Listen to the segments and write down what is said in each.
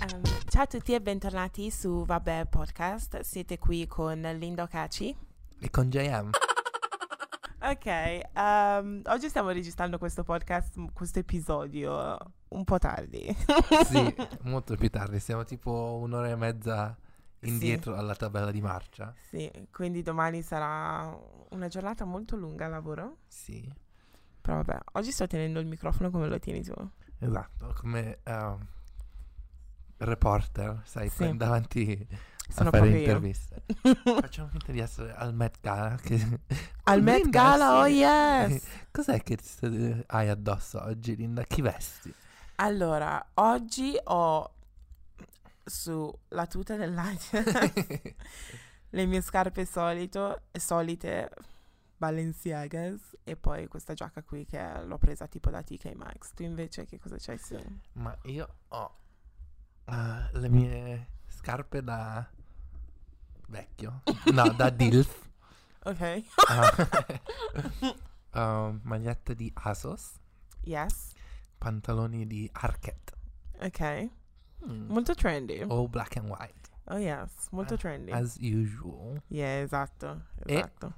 Ehm, Ciao a tutti e bentornati su Vabbè Podcast. Siete qui con Lindo Caci. E con JM. Ok, ehm, oggi stiamo registrando questo podcast, m- questo episodio un po' tardi. sì, molto più tardi, siamo tipo un'ora e mezza indietro alla tabella di marcia. Sì, quindi domani sarà una giornata molto lunga al lavoro. Sì, Però vabbè, oggi sto tenendo il microfono come lo tieni tu. esatto, come ehm, reporter, sai, Sì. quando davanti Sono a fare proprio io. interviste. Facciamo finta di essere al Met Gala. Che... Al Met Linda, Gala, sì. oh yes! Cos'è che ti- hai addosso oggi, Linda? Chi vesti? Allora, oggi ho sulla tuta dell'Ajax le mie scarpe solito, solite Balenciagas e poi questa giacca qui che l'ho presa tipo da TK Maxx. Tu invece che cosa c'hai su? Ma io ho eh, le mie scarpe da vecchio, no, da DILF, Ok. Eh, magliette Ah. di Asos, Yes. pantaloni di Arket, Ok. Mm. Molto trendy. all black and white, Oh yes, molto trendy. as usual, Yeah, esatto, Ah. E- esatto.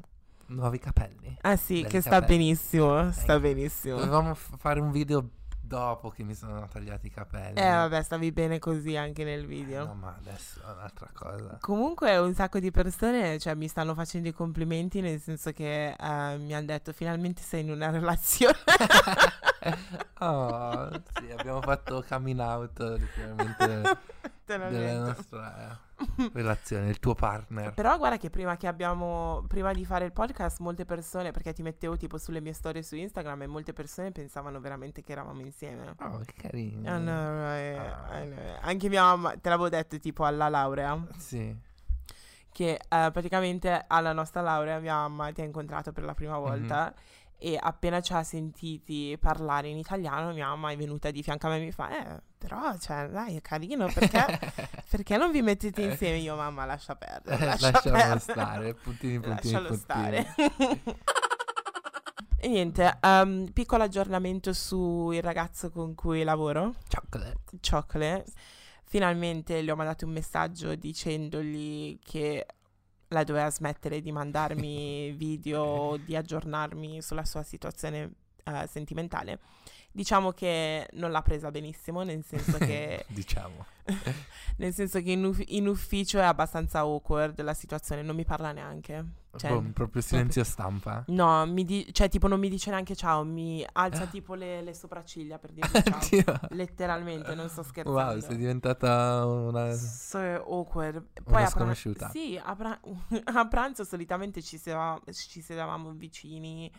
nuovi capelli. Ah sì, Belli che sta capelli. benissimo, sta Ecco. benissimo. Dovevamo f- fare un video dopo che mi sono tagliati i capelli. Eh vabbè, stavi bene così anche nel video. No, ma adesso è un'altra cosa. Comunque un sacco di persone cioè, mi stanno facendo i complimenti nel senso che eh, mi hanno detto finalmente sei in una relazione. Oh, sì, abbiamo fatto coming out praticamente Te l'ho della detto. nostra relazione, il tuo partner. Però guarda che prima che abbiamo, prima di fare il podcast, molte persone, perché ti mettevo tipo sulle mie storie su Instagram e molte persone pensavano veramente che eravamo insieme. Eh, Oh, che carino. I know, right? Ah. I know. eh, Anche mia mamma, te l'avevo detto tipo alla laurea, Sì. che eh, praticamente alla nostra laurea mia mamma ti ha incontrato per la prima volta e appena ci ha sentiti parlare in italiano mia mamma è venuta di fianco a me e mi fa, eh, però cioè, dai, è carino, perché, perché non vi mettete insieme? Io mamma lascia perdere. Lascia Lasciamo perdere." Eh, stare, puntini, puntini, Lascialo puntini. stare. e niente, ehm, piccolo aggiornamento sul ragazzo con cui lavoro, Chocolate. Chocolate. Finalmente gli ho mandato un messaggio dicendogli che la doveva smettere di mandarmi video, di aggiornarmi sulla sua situazione eh, sentimentale. Diciamo che non l'ha presa benissimo, nel senso che diciamo. nel senso che in, uf- in ufficio è abbastanza awkward la situazione, non mi parla neanche. Cioè, Boom, Boh, proprio silenzio stampa. eh? No, mi di- cioè tipo non mi dice neanche ciao, mi alza tipo le, le sopracciglia per dirmi ciao. Ah. Oddio. Letteralmente, non sto scherzando. Wow, sei diventata una... So awkward. Poi Una a pran- sconosciuta. sì, a, pra- a pranzo solitamente ci, sedeva- ci sedevamo vicini.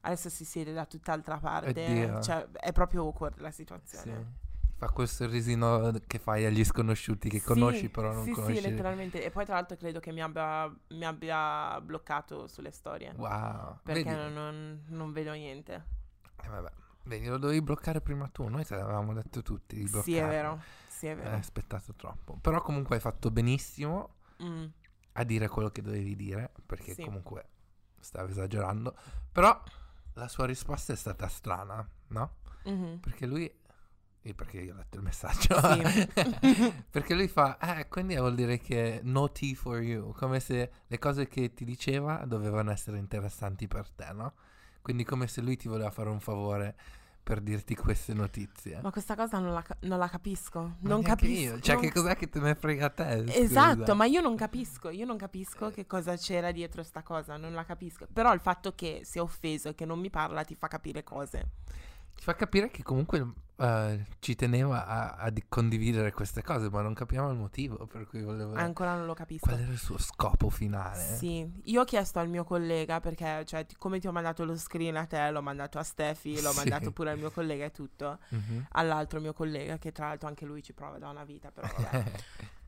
Adesso si siede da tutt'altra parte. Oddio. Cioè, è proprio awkward la Sì. situazione. Fa quel sorrisino che fai agli sconosciuti che Sì, conosci però non sì, conosci. Sì, letteralmente. E poi tra l'altro credo che mi abbia, mi abbia bloccato sulle storie. wow. Perché Vedi? non, non- non vedo niente. Eh, vabbè. Vedi, lo dovevi bloccare prima tu, noi te l'avevamo detto tutti Sì, di è bloccarlo. vero. Sì, è vero. Hai aspettato troppo. Però comunque hai fatto benissimo Mm. a dire quello che dovevi dire, perché Sì. comunque stavo esagerando. Però la sua risposta è stata strana, no? Mhm. Perché lui... eh, Perché io ho letto il messaggio. Sì. perché lui fa, eh, quindi vuol dire che no tea for you, come se le cose che ti diceva dovevano essere interessanti per te, no? Quindi come se lui ti voleva fare un favore per dirti queste notizie. Ma questa cosa non la, ca- non la capisco. Ma non neanche capisco. Io. Cioè, non- che cos'è che te ne frega a te? scusa? Esatto, ma io non capisco, io non capisco che cosa c'era dietro sta cosa, non la capisco. Però il fatto che sia offeso e che non mi parla ti fa capire cose. Ci fa capire che comunque eh, ci teneva a, a di- condividere queste cose, ma non capiamo il motivo per cui voleva... Ancora non lo capisco. Qual era il suo scopo finale? Sì, io ho chiesto al mio collega perché, cioè, ti- come ti ho mandato lo screen a te, l'ho mandato a Stefi, l'ho Sì. mandato pure al mio collega e tutto. Mhm. All'altro mio collega, che tra l'altro anche lui ci prova da una vita, però vabbè.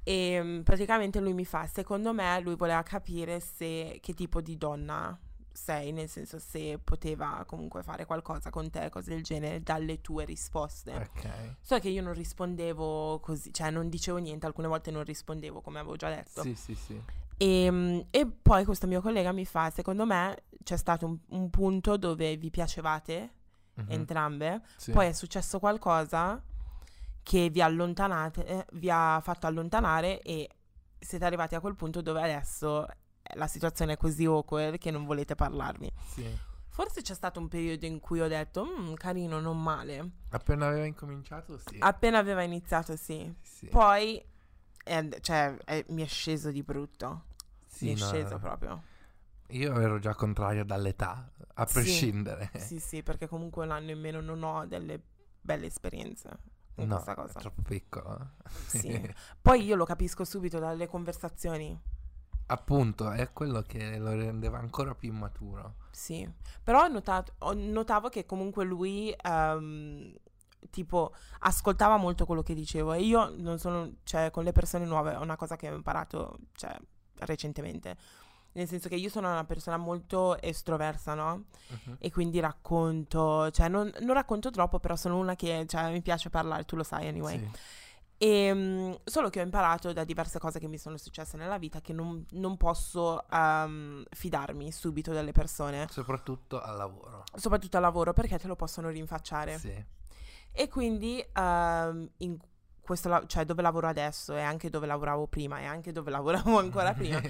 E mm, praticamente lui mi fa, secondo me lui voleva capire se che tipo di donna sei, nel senso se poteva comunque fare qualcosa con te, cose del genere, dalle tue risposte. ok. So che io non rispondevo così, cioè non dicevo niente, alcune volte non rispondevo come avevo già detto. Sì, sì, sì. E, mm, e poi questo mio collega mi fa, secondo me c'è stato un, un punto dove vi piacevate Mhm. entrambe, Sì. poi è successo qualcosa che vi, allontanate, eh, vi ha fatto allontanare e siete arrivati a quel punto dove adesso eh, la situazione è così awkward che non volete parlarvi. Sì. Forse c'è stato un periodo in cui ho detto, "Mm, carino, non male. Appena aveva incominciato, sì. Appena aveva iniziato, sì. Sì. Poi, eh, cioè, eh, mi è sceso di brutto. Sì, mi è no, sceso proprio. Io ero già contrario dall'età, a Sì. prescindere. Sì, sì, perché comunque un anno in meno non ho delle belle esperienze con No, questa è cosa. troppo piccolo. eh. Sì. Poi io lo capisco subito dalle conversazioni. Appunto, è quello che lo rendeva ancora più immaturo. Sì, però ho notato, ho- notavo che comunque lui, ehm, tipo, ascoltava molto quello che dicevo e io non sono, cioè, con le persone nuove è una cosa che ho imparato, cioè, recentemente. Nel senso che io sono una persona molto estroversa, no? Mhm. E quindi racconto, cioè, non, non racconto troppo, però sono una che, cioè, mi piace parlare, tu lo sai, anyway. Sì. E, mm, solo che ho imparato da diverse cose che mi sono successe nella vita che non, non posso ehm, fidarmi subito delle persone, Soprattutto al lavoro. soprattutto al lavoro, perché te lo possono rinfacciare. Sì. E quindi ehm, in questo la- cioè dove lavoro adesso e anche dove lavoravo prima e anche dove lavoravo ancora prima,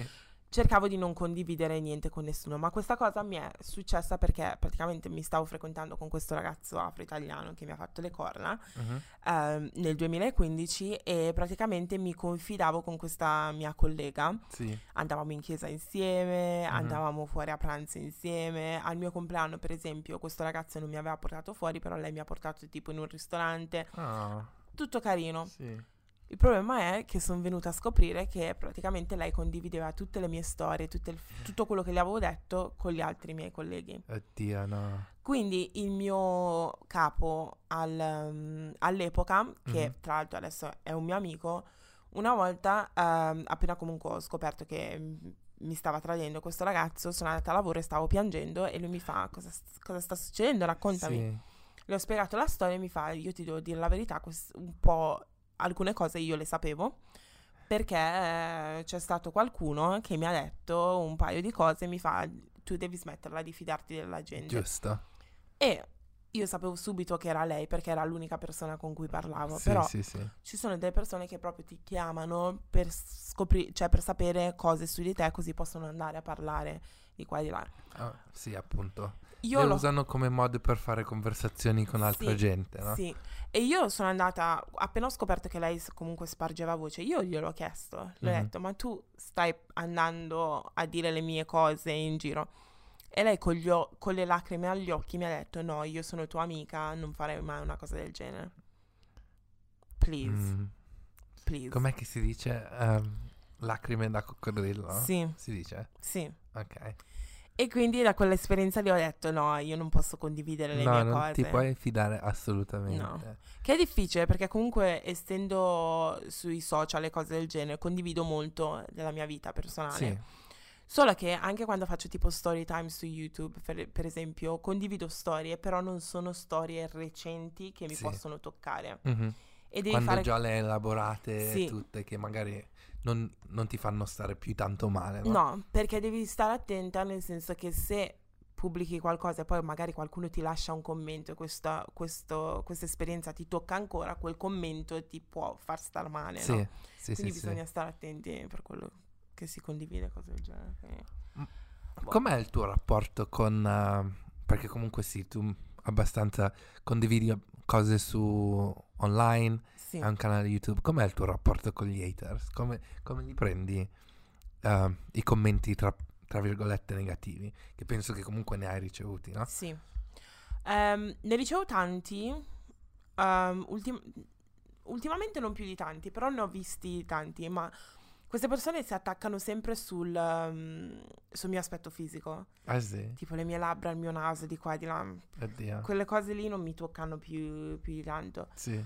cercavo di non condividere niente con nessuno, ma questa cosa mi è successa perché praticamente mi stavo frequentando con questo ragazzo afro-italiano che mi ha fatto le corna Mhm. ehm, nel 2015 e praticamente mi confidavo con questa mia collega. Sì. Andavamo in chiesa insieme, Mhm. andavamo fuori a pranzo insieme. Al mio compleanno, per esempio, questo ragazzo non mi aveva portato fuori, però lei mi ha portato tipo in un ristorante. Ah, Tutto carino. sì. Il problema è che sono venuta a scoprire che praticamente lei condivideva tutte le mie storie, tutte il- tutto quello che le avevo detto con gli altri miei colleghi. Oddio, no. Quindi il mio capo al, ehm, all'epoca, che Mhm. tra l'altro adesso è un mio amico, una volta, ehm, appena comunque ho scoperto che mm, mi stava tradendo questo ragazzo, sono andata a lavoro e stavo piangendo e lui mi fa, cosa, s- cosa sta succedendo? Raccontami. Sì. Le ho spiegato la storia e mi fa, io ti devo dire la verità, quest- un po' alcune cose io le sapevo. Perché eh, c'è stato qualcuno che mi ha detto un paio di cose e mi fa: Tu devi smetterla di fidarti della gente. Giusto. E io sapevo subito che era lei perché era l'unica persona con cui parlavo. Sì, diciamo, però sì, sì. ci sono delle persone che proprio ti chiamano per scoprire, cioè per sapere cose su di te, così possono andare a parlare di qua e di là. Ah, sì, appunto. Io Le l'ho usano come modo per fare conversazioni con altra Sì, gente, no? Sì, e io sono andata, appena ho scoperto che lei s- comunque spargeva voce, io gliel'ho chiesto, le ho Mhm. detto, ma tu stai andando a dire le mie cose in giro? E lei con, gli o- con le lacrime agli occhi mi ha detto, no, io sono tua amica, non farei mai una cosa del genere. Please, Mm. please. Com'è che si dice? ehm, lacrime da coccodrillo? Sì, Si dice? sì. Ok. E quindi da quell'esperienza lì ho detto, no, io non posso condividere le No, mie non cose. ti puoi fidare assolutamente. Che è difficile perché comunque essendo sui social e cose del genere condivido molto della mia vita personale. Sì, Solo che anche quando faccio tipo story time su YouTube, per, per esempio, condivido storie, però non sono storie recenti che mi Sì. possono toccare. mhm. E devi quando fare... già le hai elaborate Sì. tutte, che magari non, non ti fanno stare più tanto male, no? No, perché devi stare attenta nel senso che se pubblichi qualcosa e poi magari qualcuno ti lascia un commento e questa, questo- questa esperienza ti tocca ancora, quel commento ti può far star male, sì, no? sì, sì, Quindi sì. bisogna stare attenti per quello che si condivide, cose del genere. quindi- Com'è il tuo rapporto con... eh, perché comunque sì, tu abbastanza condividi cose su online, Sì. hai un canale YouTube. Com'è il tuo rapporto con gli haters? Come, come li prendi eh, i commenti tra, tra virgolette negativi? Che penso che comunque ne hai ricevuti, no? Sì. Ehm, ne ricevo tanti, ehm, ultim- ultimamente non più di tanti, però ne ho visti tanti, ma queste persone si attaccano sempre sul, ehm, sul mio aspetto fisico, Ah sì, tipo le mie labbra, il mio naso, di qua e di là. oddio. Quelle cose lì non mi toccano più, più di tanto. Sì.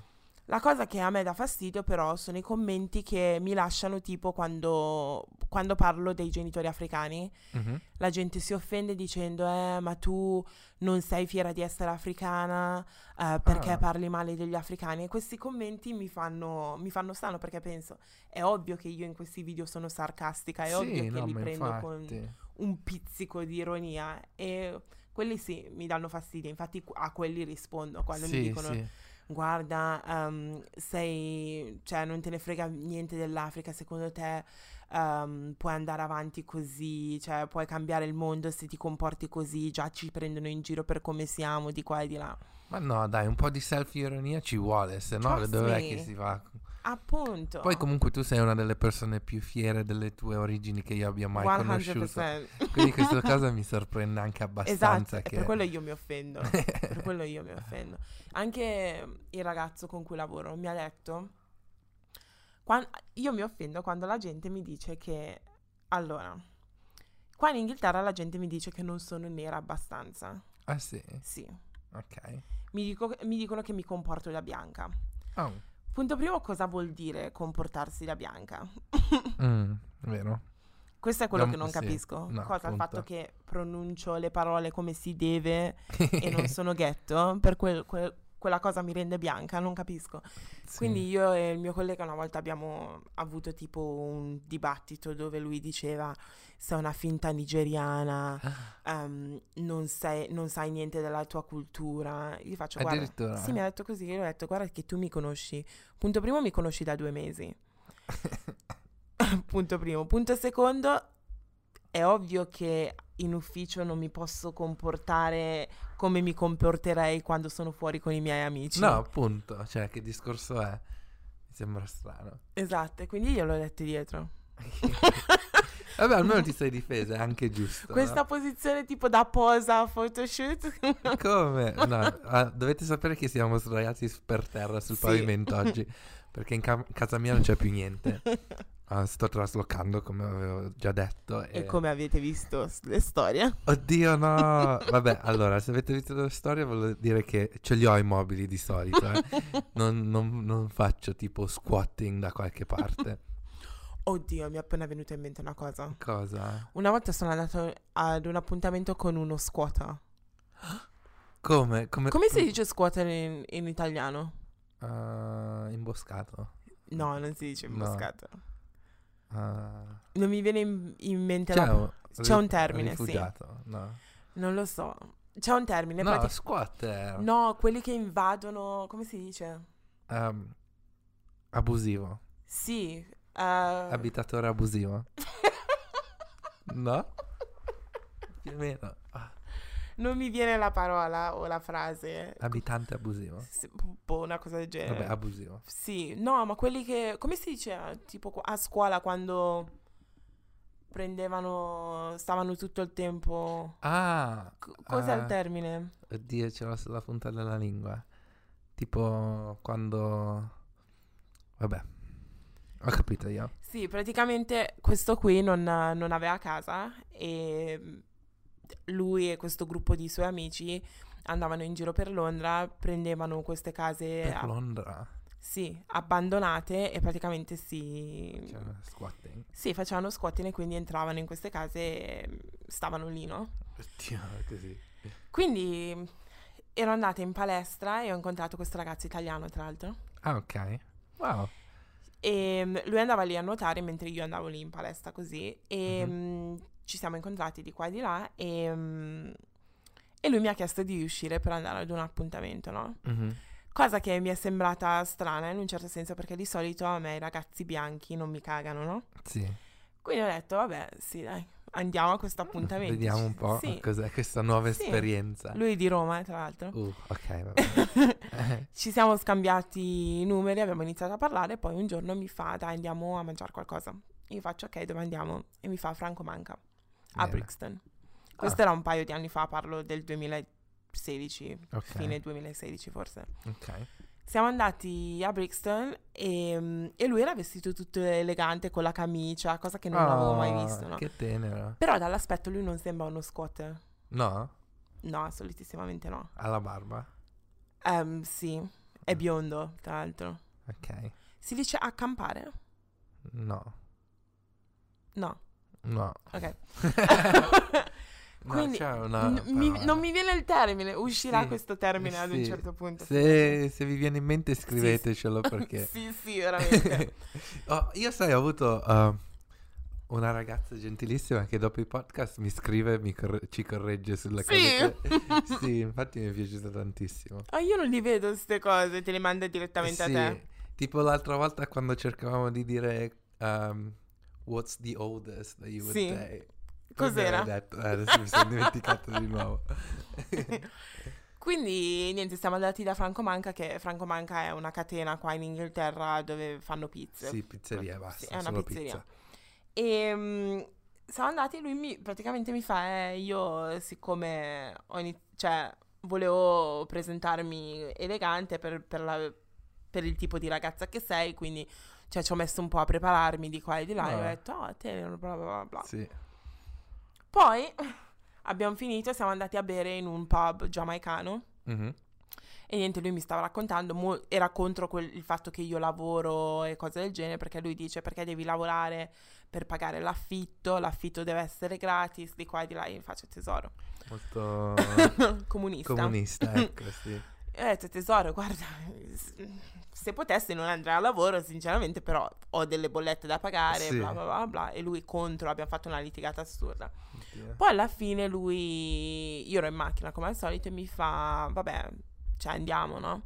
La cosa che a me dà fastidio però sono i commenti che mi lasciano tipo quando, quando parlo dei genitori africani. Mhm. La gente si offende dicendo eh ma tu non sei fiera di essere africana eh, perché Ah. parli male degli africani. E questi commenti mi fanno, mi fanno strano perché penso è ovvio che io in questi video sono sarcastica, è sì, ovvio che no, li ma prendo infatti. con un pizzico di ironia e quelli sì mi danno fastidio, infatti a quelli rispondo quando mi Sì, dicono sì. guarda, ehm, sei, cioè non te ne frega niente dell'Africa, secondo te ehm, puoi andare avanti così, cioè puoi cambiare il mondo se ti comporti così, già ci prendono in giro per come siamo, di qua e di là. Ma no, dai, un po' di self-ironia ci vuole, se no Trust dov'è me. che si fa? Appunto. Poi comunque tu sei una delle persone più fiere delle tue origini che io abbia mai conosciuto. 100%. Quindi questa cosa mi sorprende anche abbastanza. Esatto, e che... per quello io mi offendo. per quello io mi offendo. Anche il ragazzo con cui lavoro mi ha detto... "Quan- io mi offendo quando la gente mi dice che... Allora, qua in Inghilterra la gente mi dice che non sono nera abbastanza. Ah sì, Sì. ok. Mi, dico- mi dicono che mi comporto da bianca. Oh, Punto primo, cosa vuol dire comportarsi da bianca? mm, vero. Questo è quello Da- che non sì, capisco. cosa? no, Il appunto. fatto che pronuncio le parole come si deve e non sono ghetto, per quel- quel- quella cosa mi rende bianca, non capisco. Sì. Quindi io e il mio collega una volta abbiamo avuto tipo un dibattito dove lui diceva sei una finta nigeriana, Ah. ehm, non, sei- non sai niente della tua cultura. Gli faccio cioè, guarda. Addirittura. Sì, mi ha detto così, io gli ho detto guarda che tu mi conosci. Punto primo, mi conosci da due mesi. Punto primo. Punto secondo, è ovvio che in ufficio non mi posso comportare come mi comporterei quando sono fuori con i miei amici. No, appunto, cioè che discorso è? Mi sembra strano. Esatto, e quindi gliel'ho detto dietro. Vabbè, almeno ti sei difesa, è anche giusto. no? Questa posizione tipo da posa, photoshoot. Come? No, ah, dovete sapere che siamo sdraiati s- per terra sul Sì. pavimento oggi, perché in ca- casa mia non c'è più niente. Ah, sto traslocando, come avevo già detto. E e- come avete visto s- le storie. Oddio, no! Vabbè, allora, se avete visto la storia, voglio dire che ce li ho i mobili di solito. eh. Non, non- non faccio tipo squatting da qualche parte. Oddio, mi è appena venuta in mente una cosa. Cosa? Una volta sono andato ad un appuntamento con uno squatter. Come? Come, Come si dice squatter in, in italiano? Ah, imboscato. No, non si dice No. imboscata. Ah. Non mi viene in, in mente C'è la... un, c'è un termine, sì. rifugiato, no? Non lo so. C'è un termine. No, pratic- squatter. no, quelli che invadono... Come si dice? Ehm, abusivo. Sì. eh, Abitatore abusivo. No? Più o meno. Ah, non mi viene la parola o la frase. abitante abusivo. Ecco. Sì, boh, una cosa del genere. Vabbè, abusivo. Sì, no, ma quelli che... Come si diceva? Tipo qua- a scuola quando prendevano... Stavano tutto il tempo... Ah, C- cos'è Ah. il termine? oddio, ce l'ho sulla punta della lingua. Tipo quando... Vabbè. Ho capito io. Sì, praticamente questo qui non, non aveva casa e lui e questo gruppo di suoi amici andavano in giro per Londra, prendevano queste case Per a- Londra sì, abbandonate e praticamente si, c'era squatting. sì, facevano squatting e quindi entravano in queste case e stavano lì, no? Oddio, così. Quindi ero andata in palestra e ho incontrato questo ragazzo italiano, tra l'altro. Ah, ok. Wow. E mm, lui andava lì a nuotare mentre io andavo lì in palestra così e mm, ci siamo incontrati di qua e di là e, mm, e lui mi ha chiesto di uscire per andare ad un appuntamento, no? Mhm. Cosa che mi è sembrata strana in un certo senso perché di solito a me i ragazzi bianchi non mi cagano, no? Sì. Quindi ho detto, vabbè, sì, dai, andiamo a questo appuntamento. Vediamo un po' Sì. cos'è questa nuova Sì. esperienza. Lui è di Roma, eh, tra l'altro. Uh, ok, vabbè. Eh, Ci siamo scambiati i numeri, abbiamo iniziato a parlare, poi un giorno mi fa, dai andiamo a mangiare qualcosa. Io faccio, ok, dove andiamo? E mi fa, Franco Manca, a bene, Brixton. Questo Ah. era un paio di anni fa, parlo del 2016, ok, fine 2016 forse. ok. Siamo andati a Brixton e, mm, e lui era vestito tutto elegante con la camicia, cosa che non avevo mai Ah, visto, no? Che tenero. Però dall'aspetto lui non sembra uno squatter. No? No, assolutissimamente no. Alla barba. Ehm, sì, Mm. è biondo, tra l'altro. Ok. Si dice accampare? No. No, No. ok. No, Quindi, c'è una eh. N- mi- parola. non mi viene il termine, uscirà Sì, questo termine ad un sì. certo punto. Se, se vi viene in mente scrivetecelo perché... Sì, sì, veramente. Oh, io sai, ho avuto... eh, Una ragazza gentilissima che dopo i podcast mi scrive e mi corre- ci corregge sulla Sì. cosa. Che... sì, infatti mi è piaciuto tantissimo. Ah, io non li vedo queste cose, te le manda direttamente Sì, a te. Tipo l'altra volta quando cercavamo di dire um, What's the oldest that you would Sì. say? Come Cos'era? avevi detto? Eh, adesso mi sono dimenticato di nuovo. Quindi niente, siamo andati da Franco Manca, che Franco Manca è una catena qua in Inghilterra dove fanno pizze. sì, pizzeria, basta. Sì, è una solo pizzeria. pizza. E mm, siamo andati e lui mi, praticamente mi fa, eh, io siccome ho ini- cioè, volevo presentarmi elegante per, per la- per il tipo di ragazza che sei, quindi cioè, ci ho messo un po' a prepararmi di qua e di là e ho Ah. detto, ah, te bla bla bla bla. Sì. Poi abbiamo finito e siamo andati a bere in un pub giamaicano. Mhm. E niente, lui mi stava raccontando, mo- era contro quel- il fatto che io lavoro e cose del genere, perché lui dice perché devi lavorare per pagare l'affitto, l'affitto deve essere gratis, di qua e di là, io faccio tesoro. Molto Comunista. comunista, ecco, sì. E ho detto tesoro, guarda, se potessi non andrei al lavoro, sinceramente, però ho delle bollette da pagare, Sì. bla bla bla bla, e lui contro, abbiamo fatto una litigata assurda. Oddio. Poi alla fine lui, io ero in macchina come al solito e mi fa, vabbè, cioè andiamo, no?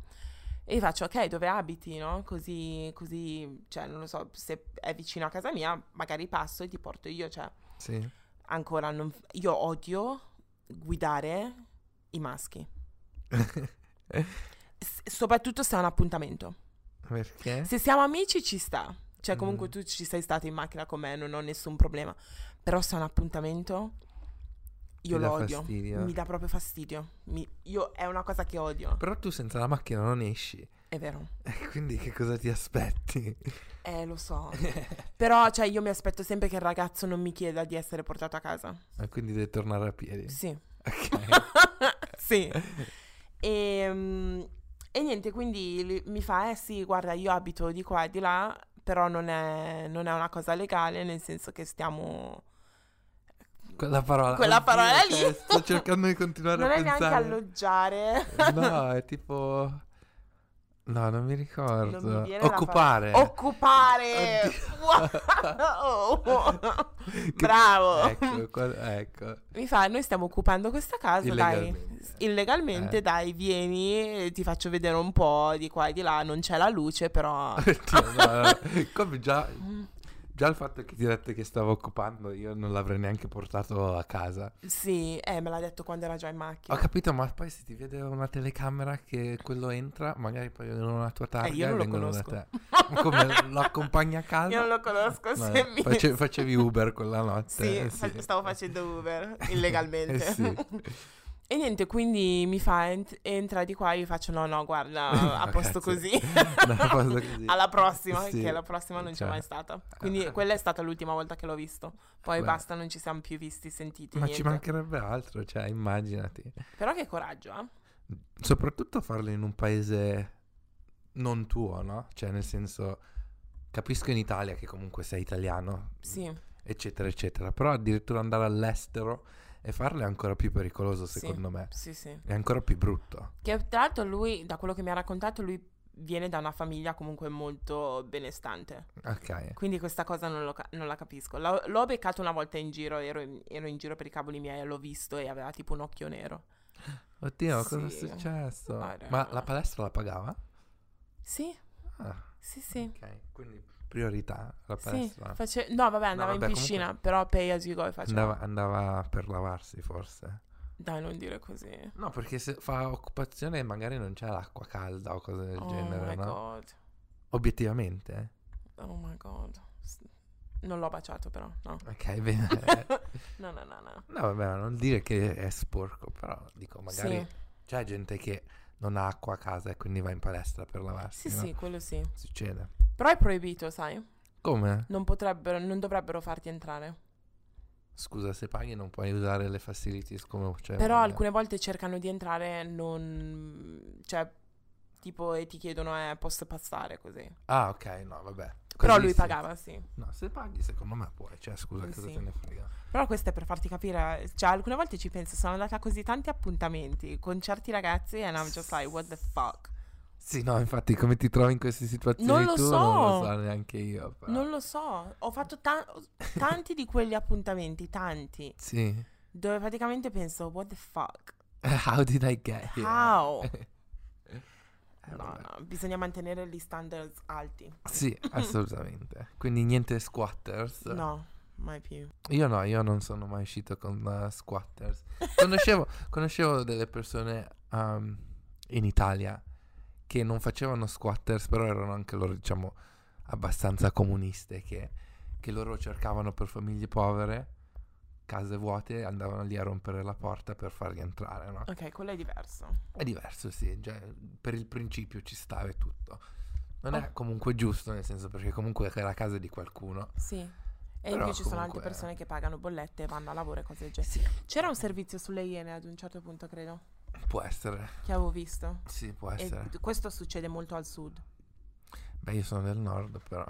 E gli faccio, ok, dove abiti, no? Così, così, cioè non lo so, se è vicino a casa mia, magari passo e ti porto io, cioè Sì. ancora non... Io odio guidare i maschi, S- soprattutto se è un appuntamento. Perché? Se siamo amici ci sta, cioè comunque Eh? Mm. tu ci sei stato in macchina con me, non ho nessun problema, però se è un appuntamento io Ti lo dà odio. fastidio. Mi dà proprio fastidio. Mi- io è una cosa che odio. Però tu senza la macchina non esci. È vero. Eh, Quindi che cosa ti aspetti? Eh, lo so. Però, cioè, io mi aspetto sempre che il ragazzo non mi chieda di essere portato a casa. Ah, quindi devi tornare a piedi. Sì. Ok. sì. E, mm, e niente, quindi li- mi fa, eh sì, guarda, io abito di qua e di là, però non è, non è una cosa legale, nel senso che stiamo... Quella parola. Quella parola lì. cioè, sto cercando di continuare Non a è neanche pensare. alloggiare. No, è tipo... No, non mi ricordo. Non mi viene la Oh, Occupare. Occupare. Wow. Che- Bravo. Ecco, qua- ecco. Mi fa, noi stiamo occupando questa casa, dai. Illegalmente. Illegalmente, Eh. dai, vieni, eh, ti faccio vedere un po' di qua e di là, non c'è la luce, però... Oddio, no, no. Come già... Mm. Già il fatto che ti ho detto che stavo occupando, io non l'avrei neanche portato a casa. Sì, eh, me l'ha detto quando era già in macchina. Ho capito, ma poi se ti vede una telecamera che quello entra, magari poi vedono la tua targa Eh, io non e lo vengono da conosco. te. Ma Come lo accompagni a casa? Io non lo conosco, Ma se mi... face- facevi Uber quella Sì, notte. fa- stavo facendo Uber illegalmente. Eh sì. E niente, quindi mi fa "Ent- entra di qua, io faccio no, no, guarda, a No, posto Ah, cazzo. così. No, a posto così. Alla prossima, Sì. che la prossima non c'è Cioè. mai stata. Quindi quella è stata l'ultima volta che l'ho visto. Poi Beh. basta, non ci siamo più visti, sentiti, Ma ci niente. mancherebbe altro, cioè, immaginati. Però che coraggio, eh? Soprattutto farlo in un paese non tuo, no? Cioè, nel senso, capisco in Italia che comunque sei italiano, Sì, eccetera, eccetera, però addirittura andare all'estero e farlo è ancora più pericoloso, Sì. secondo me. sì, sì. È ancora più brutto. Che tra l'altro lui, da quello che mi ha raccontato, lui viene da una famiglia comunque molto benestante. Ok. Quindi questa cosa non, lo ca- non la capisco. L'ho, l'ho beccato una volta in giro, ero in, ero in giro per i cavoli miei e l'ho visto e aveva tipo un occhio nero. Oddio, Sì. cosa è successo? Guarda. Ma la palestra la pagava? Sì, Ah, sì, sì. ok. Quindi priorità la Sì, palestra. face- no, vabbè, andava vabbè, in piscina, però pay as you go e faceva. Andava, andava per lavarsi forse. Dai, non dire così. No, perché se fa occupazione magari non c'è l'acqua calda o cose del oh my genere, no? god, Obiettivamente. eh. oh my god. S- Non l'ho baciato però, no. Ok, bene. No, no, no, no. no, vabbè, non dire che è sporco, però dico magari Sì, c'è gente che non ha acqua a casa e quindi va in palestra per lavarsi. sì, no? sì, quello sì. Succede. Però è proibito, sai? Come? Non potrebbero, non dovrebbero farti entrare. Scusa, se paghi non puoi usare le facilities come cioè, c'è. Però voglia. alcune volte cercano di entrare non... Cioè, tipo, e ti chiedono, eh, posso passare così. Ah, ok, no, vabbè. Però Così lui sì. pagava, sì. No, se paghi secondo me puoi. Cioè, scusa, Eh, cosa sì. te ne frega. Però questo è per farti capire, cioè alcune volte ci penso, sono andata a così tanti appuntamenti con certi ragazzi and I'm just like, what the fuck? Sì, no, infatti, come ti trovi in queste situazioni Non lo tu so. non lo so neanche io. però. Non lo so, ho fatto ta- tanti di quegli appuntamenti, tanti, Sì. dove praticamente penso, what the fuck? How did I get here? How? Eh, No, vabbè. no, bisogna mantenere gli standard alti. Sì, assolutamente. Quindi niente squatters. No, mai più. Io no, io non sono mai uscito con eh, squatters. Conoscevo, conoscevo delle persone um, in Italia che non facevano squatters, però erano anche loro, diciamo, abbastanza comuniste, che, che loro cercavano per famiglie povere case vuote e andavano lì a rompere la porta per farli entrare, no? Ok, quello è diverso. È diverso, sì, già, per il principio ci stava e tutto. Non è Oh. comunque giusto, nel senso perché comunque è la casa di qualcuno. Sì. E in Però più ci sono altre comunque- persone che pagano bollette, vanno a lavoro e cose del genere. Sì. C'era un servizio sulle iene ad un certo punto, credo, Può essere, che avevo visto. sì, può E essere. d- questo succede molto al sud. Beh, io sono del nord, però.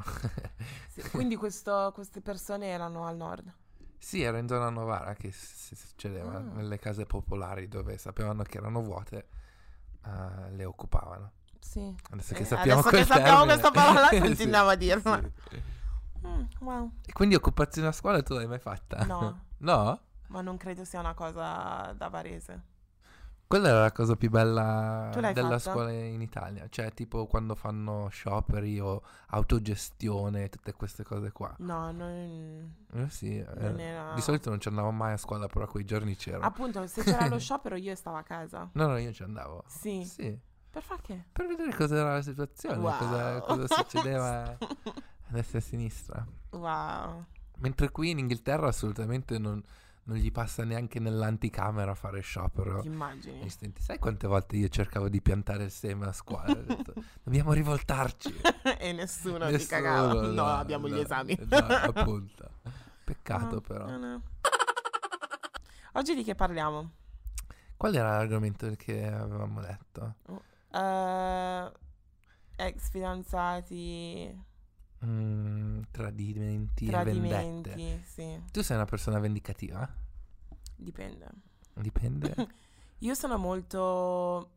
Sì, Quindi questo- queste persone erano al nord. Sì, era in zona Novara che s- s- succedeva Ah. nelle case popolari dove sapevano che erano vuote, eh, le occupavano. Sì. Adesso Eh, che sappiamo, adesso che quel sappiamo termine- questa parola, Sì, continuiamo a dirla. sì. Mm, wow. E quindi occupazione a scuola tu l'hai mai fatta? No, No? ma non credo sia una cosa da varese. Quella era la cosa più bella Tu l'hai della fatta? scuola in Italia, cioè tipo quando fanno scioperi o autogestione, tutte queste cose qua. No, non... Eh sì, Mm. Non eh, era- Ah. di solito non ci andavo mai a scuola, però quei giorni c'ero. Appunto, se c'era lo sciopero io stavo a casa. No, no, io ci andavo. Sì. Sì. Per far che? per vedere cos'era la situazione, cosa, Wow. cosa succedeva a destra e a sinistra. Wow. Mentre qui in Inghilterra assolutamente non, non gli passa neanche nell'anticamera fare sciopero. Ti immagini? Gli studenti, Sai quante volte io cercavo di piantare il seme a scuola? Ho detto, Dobbiamo rivoltarci. e nessuno, ti Nessuno, cagava. No, abbiamo gli no, esami. no, appunto. Peccato No, però. Ah, no, no. Oggi di che parliamo? Qual era l'argomento che avevamo detto? Eh, ex fidanzati, Mm, tradimenti, e vendette. tradimenti, sì, Tu sei una persona vendicativa? dipende. Dipende. Io sono molto...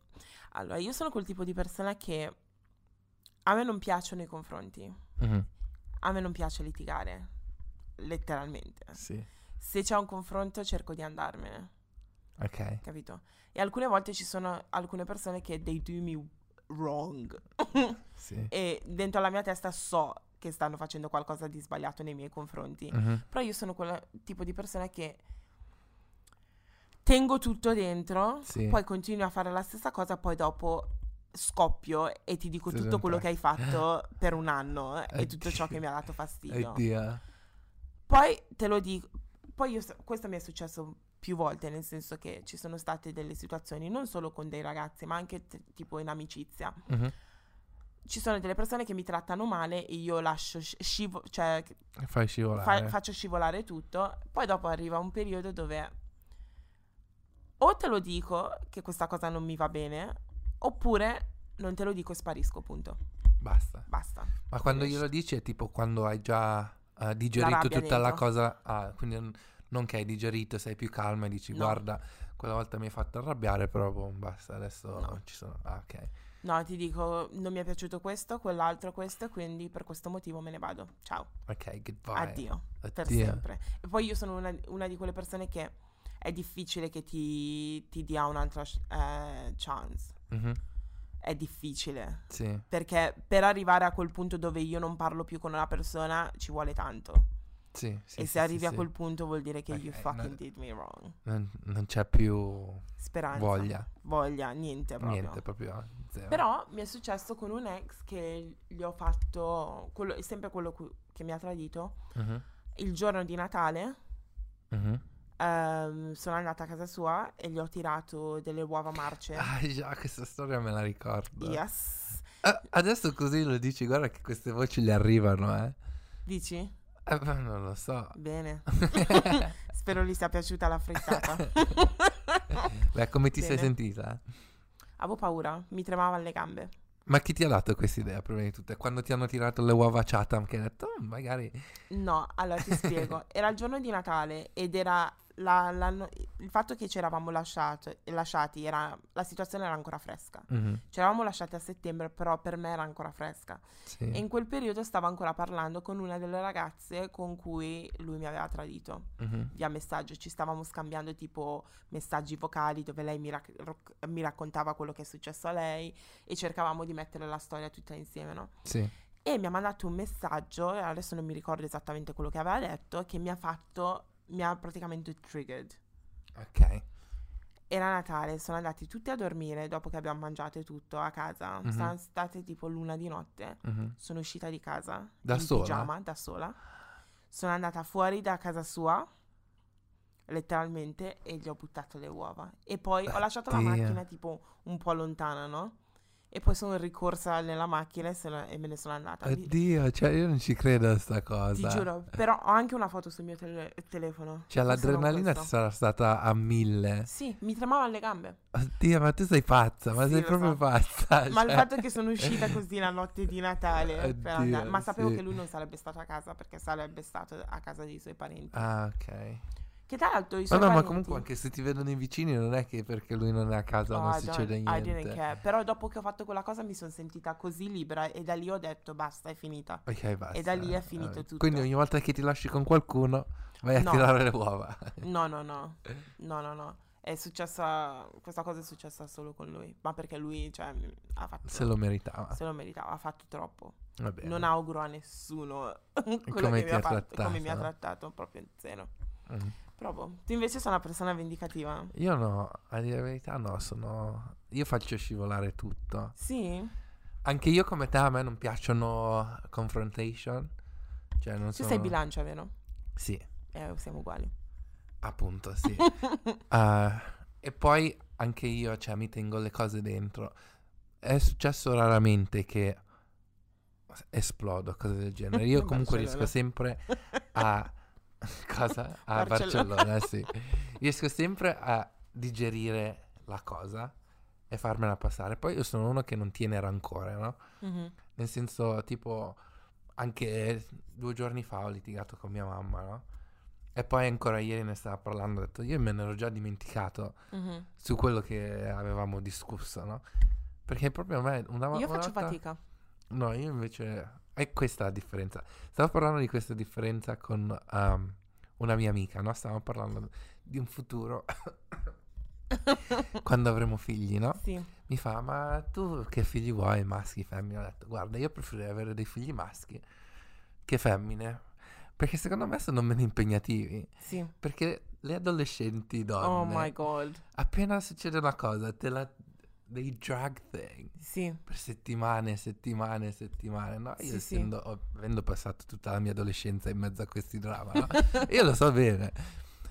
Allora, io sono quel tipo di persona che a me non piacciono i confronti, Mhm. a me non piace litigare, letteralmente. Sì. Se c'è un confronto cerco di andarmene. Ok. capito? E alcune volte ci sono alcune persone che they do me wrong Sì. e dentro la mia testa so che stanno facendo qualcosa di sbagliato nei miei confronti. Mhm. Però io sono quel tipo di persona che tengo tutto dentro, Sì. poi continuo a fare la stessa cosa, poi dopo scoppio e ti dico Sì, tutto sempre. quello che hai fatto per un anno e tutto ciò Oddio. che mi ha dato fastidio. Oddio. Poi te lo dico, poi io so- questo mi è successo più volte, nel senso che ci sono state delle situazioni, non solo con dei ragazzi, ma anche t- tipo in amicizia. Mhm. Ci sono delle persone che mi trattano male e io lascio sci- scivo- cioè, Fai fa- scivolare. faccio scivolare tutto. Poi dopo arriva un periodo dove o te lo dico che questa cosa non mi va bene, oppure non te lo dico e sparisco, punto. Basta. Basta. Ma quando glielo dici è tipo quando hai già eh, digerito rabbia tutta la dentro. cosa. Ah, quindi non, non che hai digerito, sei più calma e dici No. guarda, quella volta mi hai fatto arrabbiare, però boh, basta, adesso No. ci sono. Ah, ok. No, ti dico, non mi è piaciuto questo, quell'altro, questo, quindi per questo motivo me ne vado. Ciao. Ok, goodbye. Addio, per Addio. sempre. E poi io sono una, una di quelle persone che è difficile che ti, ti dia un'altra sh- eh, chance. Mhm. È difficile. Sì. Perché per arrivare a quel punto dove io non parlo più con una persona ci vuole tanto. Sì, sì, e sì, se arrivi sì, a sì. quel punto vuol dire che Ok, eh, you no. fucking did me wrong. Non, non c'è più Speranza. voglia, Voglia, niente proprio. niente proprio. Zero. Però mi è successo con un ex che gli ho fatto, quello- sempre quello cu- che mi ha tradito, Mhm. il giorno di Natale. Mhm. Ehm, sono andata a casa sua e gli ho tirato delle uova marce. Ah, già, questa storia me la ricordo. Yes. Ah, adesso così lo dici, guarda che queste voci le arrivano, eh. Dici? Eh, ma non lo so. Bene. Spero gli sia piaciuta la frittata. Beh, come ti sei Bene. sentita? Avevo paura, mi tremavano le gambe. Ma chi ti ha dato questa idea prima di tutto? È Quando ti hanno tirato le uova a Chatham che hai detto, "Oh, "Mm, magari... No, allora ti spiego. Era il giorno di Natale ed era la- l'anno- il fatto che ci eravamo lasciato- lasciati, era, la situazione era ancora fresca. Mhm, Ci eravamo lasciati a settembre, però per me era ancora fresca. sì. E in quel periodo stavo ancora parlando con una delle ragazze con cui lui mi aveva tradito Mhm, via messaggio, ci stavamo scambiando tipo messaggi vocali dove lei mi, rac- roc- mi raccontava quello che è successo a lei e cercavamo di mettere la storia tutta insieme, no? sì. E mi ha mandato un messaggio, e adesso non mi ricordo esattamente quello che aveva detto, che mi ha fatto, mi ha praticamente triggered. Ok. Era Natale, sono andati tutti a dormire dopo che abbiamo mangiato e tutto a casa. Mhm. Sono state tipo l'una di notte. Mhm. Sono uscita di casa. Da in sola? Pigiama, da sola. Sono andata fuori da casa sua, letteralmente, e gli ho buttato le uova. E poi Ah, ho lasciato la Oddio. macchina tipo un po' lontana, no? E poi sono ricorsa nella macchina e, se ne- e me ne sono andata. Vi- Oddio, cioè io non ci credo a sta Ti cosa. giuro, però ho anche una foto sul mio tele- telefono. eh. Cioè Forse non l'adrenalina questo. sarà stata a mille. Sì, mi tremavano le gambe. Oddio, ma tu sei pazza, ma Sì, sei lo proprio so. pazza. Ma il cioè. fatto che sono uscita così la notte di Natale per Oddio, andare- Ma sapevo sì. che lui non sarebbe stato a casa perché sarebbe stato a casa dei suoi parenti. Ah, ok. Che tra l'altro i suoi Vabbè, ma parenti... comunque anche se ti vedono i vicini non è che perché lui non è a casa non I succede don't- Oh, I niente. didn't care. Però dopo che ho fatto quella cosa mi sono sentita così libera e da lì ho detto basta, è finita. Ok, basta. E da lì è Ah, finito tutto. Quindi ogni volta che ti lasci con qualcuno vai a No. tirare le uova. No, no, no. No, no, no. È successa... Questa cosa è successa solo con lui. Ma perché lui, cioè, ha fatto... Se lo meritava. se lo meritava, ha fatto troppo. Va bene. Non auguro a nessuno quello Come che mi ti ha ha fatto, come mi ha trattato. trattato, proprio in zero. Mm. Però boh. Tu invece sei una persona vendicativa. Io no, a dire la verità no, sono... Io faccio scivolare tutto. Sì? Anche io come te a me non piacciono confrontation. Cioè non Tu sono... sei bilancia, vero? Sì, Eh, siamo uguali. appunto, sì. Ah, e poi anche io, cioè, mi tengo le cose dentro. È successo raramente che esplodo, cose del genere. Io comunque riesco Barcellona. sempre a... cosa? A Barcellona. Barcellona, sì. Riesco sempre a digerire la cosa e farmela passare. Poi io sono uno che non tiene rancore, no? Mhm. Nel senso, tipo, anche due giorni fa ho litigato con mia mamma, no? E poi ancora ieri ne stava parlando, ho detto, io me ne ero già dimenticato mhm. su quello che avevamo discusso, no? Perché proprio a me una, Io una faccio volta- fatica. No, io invece... È questa la differenza. Stavo parlando di questa differenza con um, una mia amica, no? Stavamo parlando di un futuro, quando avremo figli, no? Sì. Mi fa, ma tu che figli vuoi, maschi, femmine? Ho detto, guarda, io preferirei avere dei figli maschi che femmine, perché secondo me sono meno impegnativi, Sì. perché le adolescenti donne, Oh my god. appena succede una cosa, te la... they drag thing Sì. per settimane, settimane, settimane, no? Io Sì, sì. essendo, ho- avendo passato tutta la mia adolescenza in mezzo a questi drama, no? io lo so bene.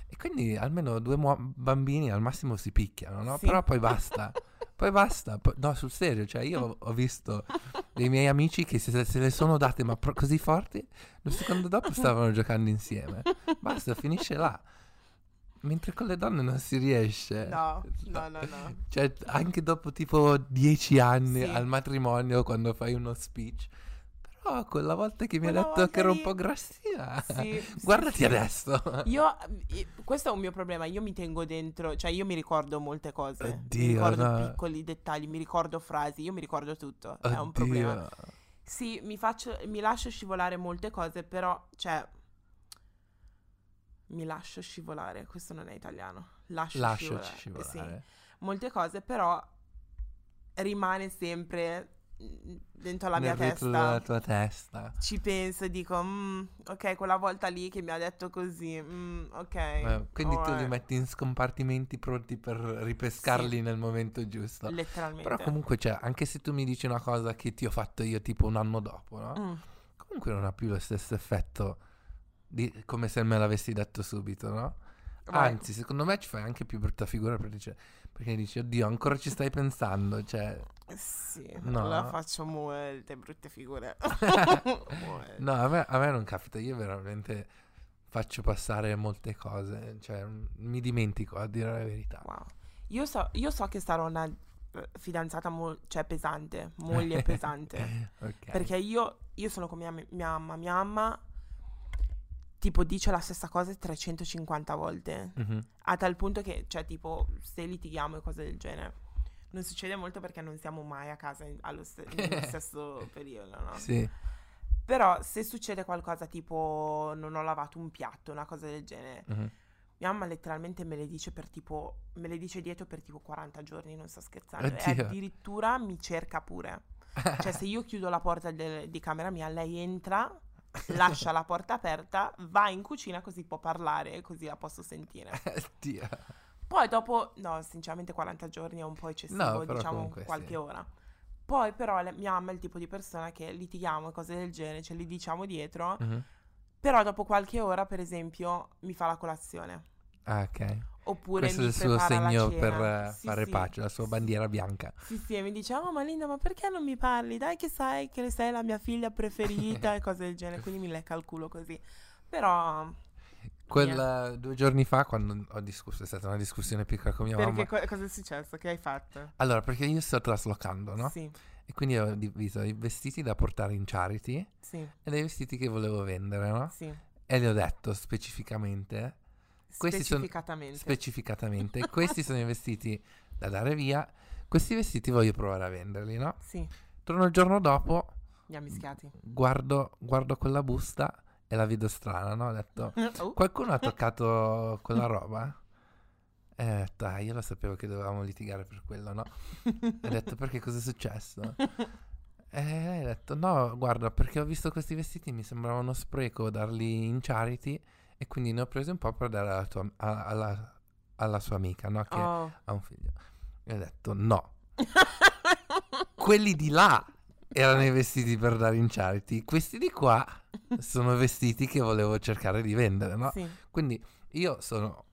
E quindi almeno due muo- bambini al massimo si picchiano, no? Sì. Però poi basta. Poi basta, poi- no, sul serio, cioè io ho visto dei miei amici che se, se le sono date ma pro- così forti, lo secondo dopo stavano giocando insieme. Basta, finisce là. Mentre con le donne non si riesce. No, no, no, no. Cioè, anche dopo tipo dieci anni Sì. al matrimonio, quando fai uno speech. Però quella volta che mi Quella hai detto volta che ero lì- un po' grassina. Sì, sì, Guardati sì. adesso. Io, eh, questo è un mio problema, io mi tengo dentro, cioè io mi ricordo molte cose, Oddio, mi ricordo no. piccoli dettagli, mi ricordo frasi, io mi ricordo tutto, è un Oddio. problema. Sì, mi, faccio, mi lascio scivolare molte cose, però, cioè, mi lascio scivolare, questo non è italiano, lascio Lasciaci scivolare. Sì, scivolare. molte cose, però rimane sempre mm, dentro la Nel mia retro testa della tua testa. ci penso e dico, "Mm, ok, quella volta lì che mi ha detto così, mm, ok. Eh, Quindi tu li alright." metti in scompartimenti pronti per ripescarli nel momento giusto. Letteralmente. Però comunque, cioè, anche se tu mi dici una cosa che ti ho fatto io tipo un anno dopo, no? Mm, Comunque non ha più lo stesso effetto di come se me l'avessi detto subito, no? vai. Anzi, secondo me ci fai anche più brutta figura perché, dice- perché dici, oddio, ancora ci stai pensando, cioè... Sì, no. la faccio molte brutte figure. Molte. No, a me, a me non capita, io veramente faccio passare molte cose, cioè m- mi dimentico a dire la verità. Wow. Io so, io so che sarò una eh, fidanzata, mo- cioè pesante, moglie pesante. Ok. Perché io, io sono con mia, mia mamma, mia mamma tipo dice la stessa cosa 350 volte. Mhm. A tal punto che, cioè, tipo, se litighiamo e cose del genere. Non succede molto perché non siamo mai a casa in- allo ste- nello stesso periodo, no? Sì. Però se succede qualcosa tipo non ho lavato un piatto, una cosa del genere, Mhm. mia mamma letteralmente me le dice per tipo, me le dice dietro per tipo 40 giorni, non sto scherzando. E Oddio. addirittura mi cerca pure. Cioè se io chiudo la porta del- di camera mia, lei entra, lascia la porta aperta, va in cucina così può parlare, e così la posso sentire. Oddio. Poi dopo, no, sinceramente 40 giorni è un po' eccessivo, No, però diciamo comunque qualche sì. ora. Poi però le- mia mamma è il tipo di persona che litighiamo e cose del genere, ce li diciamo dietro, Mhm. però dopo qualche ora, per esempio, mi fa la colazione. Ah, ok. Oppure Questo è mi il suo prepara la segno cena. per eh, Sì, fare sì. pace, la sua bandiera bianca. Sì, sì, e mi dice, oh ma Linda, ma perché non mi parli? Dai che sai che sei la mia figlia preferita e cose del genere, quindi mi lecca il culo così. Però, Quella eh, due giorni fa, quando ho discusso, è stata una discussione piccola con mia perché mamma. co- cosa è successo? Che hai fatto? Allora, perché io sto traslocando, no? Sì, E quindi ho diviso i vestiti da portare in charity sì, e dei vestiti che volevo vendere, no? sì. E le ho detto specificamente, Questi sono- Specificatamente. specificatamente, questi sono i vestiti da dare via, questi vestiti voglio provare a venderli, no? sì, Torno il giorno dopo, li ha mischiati. guardo, guardo quella busta e la vedo strana, no? Ho detto, Oh, qualcuno ha toccato quella roba? E ho detto, ah, io lo sapevo che dovevamo litigare per quello, no? Ho detto, perché cosa è successo? E lei ha detto, no, guarda, perché ho visto questi vestiti, mi sembrava uno spreco darli in charity e quindi ne ho presi un po' per dare alla, tua- a- alla- alla sua amica, no? Che oh. ha un figlio. E ho detto, no, quelli di là erano i vestiti per dare in charity, questi di qua sono vestiti che volevo cercare di vendere, no? Sì. Quindi io sono.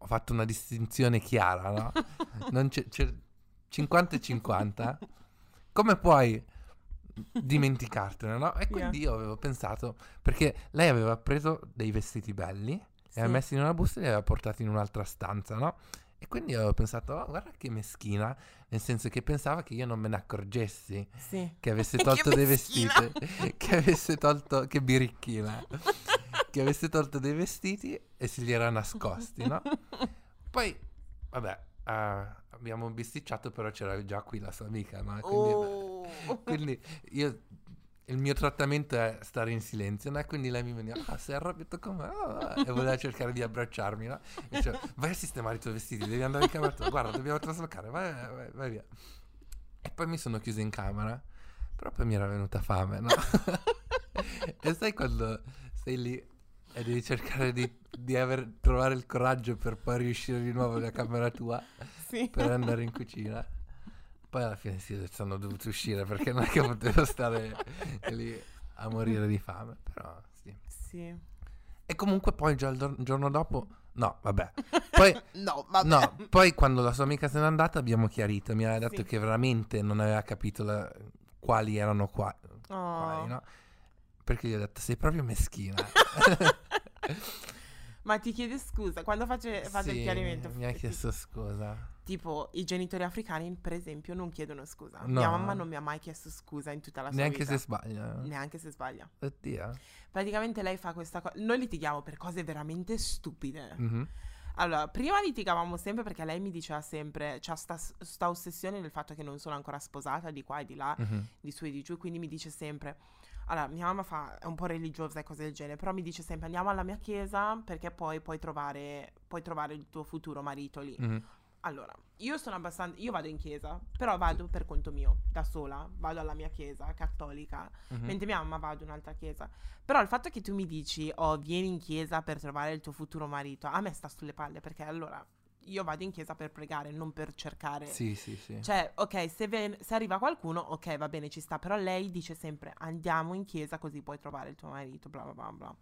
Ho fatto una distinzione chiara, no? Non c'è, c'è 50 e 50. Come puoi dimenticartene, no? E quindi io avevo pensato, perché lei aveva preso dei vestiti belli, li Sì. aveva messi in una busta e li aveva portati in un'altra stanza, no? E quindi io avevo pensato, "Oh, guarda che meschina, nel senso che pensava che io non me ne accorgessi Sì. che avesse Che tolto dei meschina. vestiti, che avesse tolto, che birichina, che avesse tolto dei vestiti e se li era nascosti, no? Poi, vabbè, ah, abbiamo bisticciato, però c'era già qui la sua amica, no? Quindi, Oh. quindi io, il mio trattamento è stare in silenzio, no? Quindi lei mi veniva, ah, sei arrabbiato con me? Ah, e voleva cercare di abbracciarmi, no? E diceva, vai a sistemare i tuoi vestiti, devi andare in camera tua, guarda, dobbiamo traslocare, vai, vai, vai via. E poi mi sono chiuso in camera, però poi mi era venuta fame, no? e sai quando sei lì e devi cercare di, di aver- trovare il coraggio per poi riuscire di nuovo nella camera tua Sì. per andare in cucina. Poi alla fine sì, sono dovuto uscire perché non è che potevo stare lì a morire di fame, però sì. Sì. E comunque poi già il dor- giorno dopo, no, vabbè. Poi, No, vabbè. no, poi quando la sua amica se n'è andata abbiamo chiarito, mi aveva detto Sì. che veramente non aveva capito la- quali erano qua, quali, Oh. no? Perché gli ho detto, sei proprio meschina. Ma ti chiede scusa, quando face- fate Sì, il Eh, chiarimento, Mi ha ti- chiesto scusa. tipo i genitori africani, per esempio, non chiedono scusa. No. Mia mamma non mi ha mai chiesto scusa in tutta la sua Neanche vita. se sbaglia. Neanche se sbaglia. Oddio. Praticamente lei fa questa cosa. Noi litighiamo per cose veramente stupide. Mhm. Allora, prima litigavamo sempre perché lei mi diceva sempre, c'ha sta, sta ossessione del fatto che non sono ancora sposata di qua e di là, Mhm. di su e di giù, quindi mi dice sempre, allora mia mamma fa, è un po' religiosa e cose del genere, però mi dice sempre andiamo alla mia chiesa perché poi puoi trovare, puoi trovare il tuo futuro marito lì. Mhm. Allora, io sono abbastanza, io vado in chiesa, però vado per conto mio, da sola, vado alla mia chiesa cattolica, Mhm. mentre mia mamma va ad un'altra chiesa. Però il fatto che tu mi dici, oh, vieni in chiesa per trovare il tuo futuro marito, a me sta sulle palle, perché allora io vado in chiesa per pregare, non per cercare. Sì, sì, sì. Eh, Cioè, ok, se, ven- se arriva qualcuno, ok, va bene, ci sta, però lei dice sempre andiamo in chiesa così puoi trovare il tuo marito, bla bla bla bla.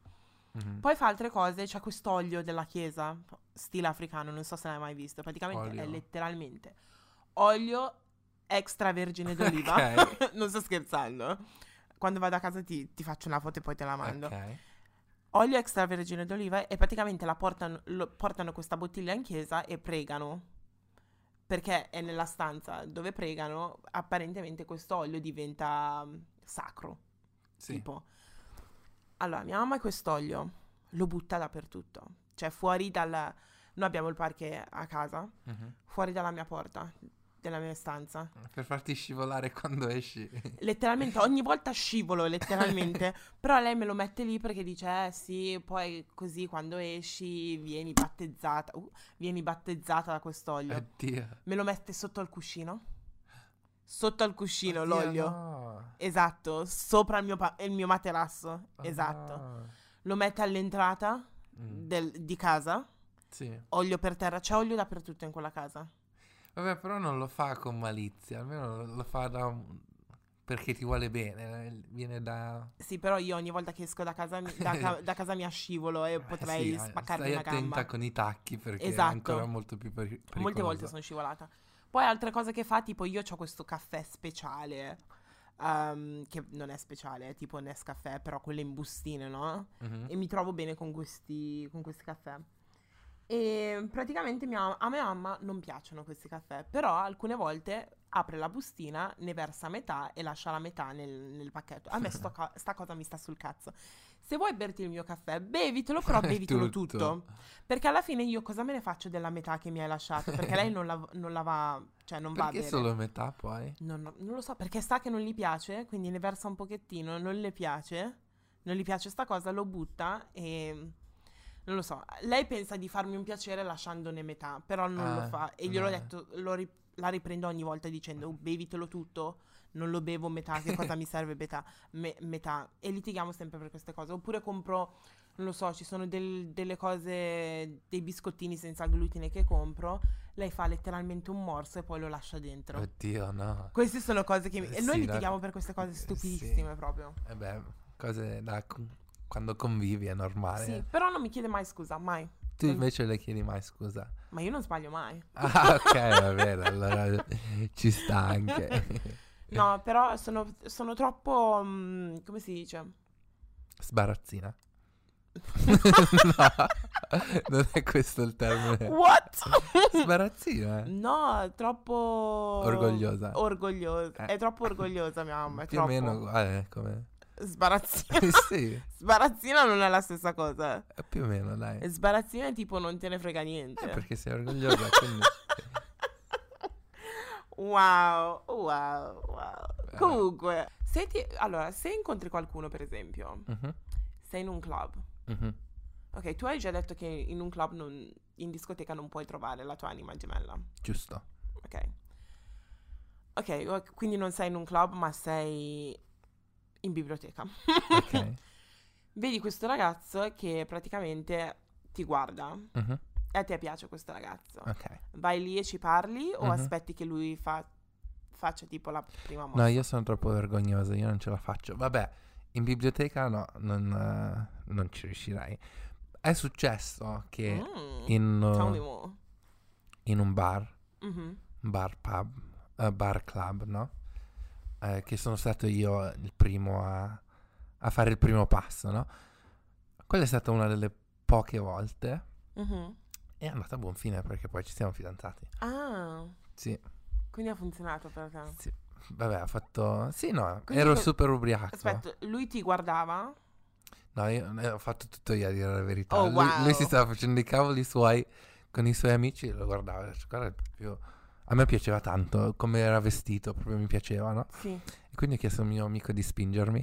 Mhm. Poi fa altre cose, c'è quest'olio della chiesa, stile africano, non so se l'hai mai visto, praticamente è Olio. letteralmente olio extravergine d'oliva, Ok. non sto scherzando. Quando vado a casa ti, ti faccio una foto e poi te la mando. Ok. Olio extravergine d'oliva e praticamente la portano, lo- portano questa bottiglia in chiesa e pregano. Perché è nella stanza dove pregano, apparentemente questo olio diventa mm, sacro. Sì. Tipo, allora, mia mamma quest'olio lo butta dappertutto. Cioè fuori dal... Noi abbiamo il parquet a casa, Mhm. fuori dalla mia porta, della mia stanza. Per farti scivolare quando esci. Letteralmente, ogni volta scivolo, letteralmente. però lei me lo mette lì perché dice, eh sì, poi così quando esci vieni battezzata, uh, vieni battezzata da quest'olio. Eh. Oddio. Me lo mette sotto al cuscino. Sotto al cuscino, Oddio, l'olio. no. Esatto, sopra il mio, pa- il mio materasso. Ah. Esatto. Lo mette all'entrata Mm, del- di casa. Sì. Olio per terra, c'è olio dappertutto in quella casa. Vabbè, però non lo fa con malizia, almeno lo, lo fa da un- perché ti vuole bene, eh, viene da... Sì, però io ogni volta che esco da casa, mi- da ca- da casa mia scivolo e Eh, potrei sì, eh, spaccarmi Stai una attenta gamba. con i tacchi perché Esatto. è ancora molto più peri- pericoloso. Molte volte sono scivolata. Poi altre cose che fa, tipo io ho questo caffè speciale, ehm, che non è speciale, è tipo Nescafè, però quelle in bustine, no? Mhm. e mi trovo bene con questi, con questi caffè. E praticamente mia- a mia mamma non piacciono questi caffè, però alcune volte apre la bustina, ne versa metà e lascia la metà nel, nel pacchetto. A me sto ca- sta cosa mi sta sul cazzo. Se vuoi berti il mio caffè, bevitelo, però bevitelo tutto. Tutto. Perché alla fine io cosa me ne faccio della metà che mi hai lasciato? Perché lei non la, non la va, cioè non va a Perché bere. solo metà poi? Non, non- non lo so, perché sa che non gli piace, quindi ne versa un pochettino, non le piace, non gli piace sta cosa, lo butta e... Non lo so, lei pensa di farmi un piacere lasciandone metà, però non lo Ah, fa e gliel'ho no. detto, lo ri- la riprendo ogni volta dicendo "Oh, bevitelo tutto, non lo bevo metà, che cosa mi serve metà, Me- metà? E litighiamo sempre per queste cose, oppure compro, non lo so, ci sono del- delle cose, dei biscottini senza glutine che compro, lei fa letteralmente un morso e poi lo lascia dentro. Oddio, no. Queste sono cose che... Mi... Eh e noi sì, litighiamo la- per queste cose eh, stupidissime proprio. Eh beh, cose da con- quando convivi è normale. Sì, però non mi chiede mai scusa, mai. Tu non- invece le chiedi mai scusa. Ma io non sbaglio mai. Ah, ok, va bene, allora ci sta anche. No, però sono, sono troppo... mm, come si dice? Sbarazzina. no, non è questo il termine. What? Sbarazzina? eh? no, troppo... Orgogliosa. Orgogliosa. Eh. È troppo orgogliosa mia mamma, è Più troppo. o meno uguale eh, come... Sbarazzina. Eh, sì, Sbarazzina non è la stessa cosa. eh, più o meno, dai. Eh, Sbarazzina è tipo non te ne frega niente. perché sei orgogliosa, quindi... Wow, wow, wow. Beh. Comunque, se ti- allora, se incontri qualcuno, per esempio, Mhm, sei in un club. mhm. Ok, tu hai già detto che in un club, non- in discoteca, non puoi trovare la tua anima gemella. Giusto. Ok. Ok, o- quindi non sei in un club, ma sei in biblioteca. Ok. Vedi questo ragazzo che praticamente ti guarda mhm, e a te piace questo ragazzo. Ok. Vai lì e ci parli o Mhm. aspetti che lui fa- faccia tipo la prima mossa? No, io sono troppo vergognoso, io non ce la faccio. Vabbè, in biblioteca no, non, eh, non ci riuscirai. È successo che Mm, in, eh, Tell me more. in un bar Mhm. bar pub, eh, bar club, no? Eh, che sono stato io il primo a, a fare il primo passo, no? Quella è stata una delle poche volte Mhm. e è andata a buon fine perché poi ci siamo fidanzati. Ah, Sì, quindi ha funzionato per te. sì. Vabbè, ho fatto... Sì, no, Ah. Quindi ero tu- super ubriaco. Aspetta, lui ti guardava? No, io eh, ho fatto tutto io a dire la verità. Oh, lui, lui si wow. stava facendo i cavoli suoi con i suoi amici e lo guardavo. e ho detto, "Guarda, proprio- A me piaceva tanto come era vestito, proprio mi piaceva, no? Sì. E quindi ho chiesto al mio amico di spingermi.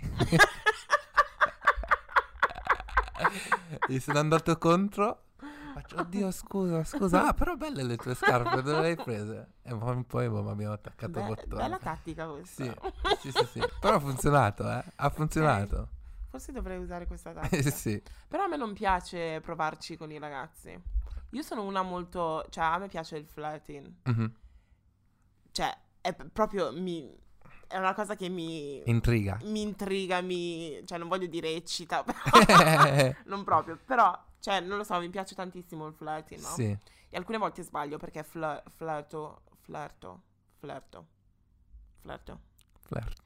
Gli sono andato contro. Faccio, oddio, scusa, scusa. Ah, però belle le tue scarpe, dove le hai prese? E poi, poi boh, mi abbiamo attaccato Be- bottone. bella tattica questa. Sì, sì, sì, sì. Però ha funzionato, eh. Ha funzionato. Forse dovrei usare questa Eh, tattica. sì. Però a me non piace provarci con i ragazzi. Io sono una molto... Cioè, a me piace il flirting. Mhm. Cioè, è p- proprio... Mi... È una cosa che mi... Intriga. Mi intriga, mi... Cioè, non voglio dire eccita, però... sì. non proprio. Però, cioè, non lo so, mi piace tantissimo il flirting, no? E alcune volte sbaglio perché flir- flirto, flirto, flirto, flirto. Flirto.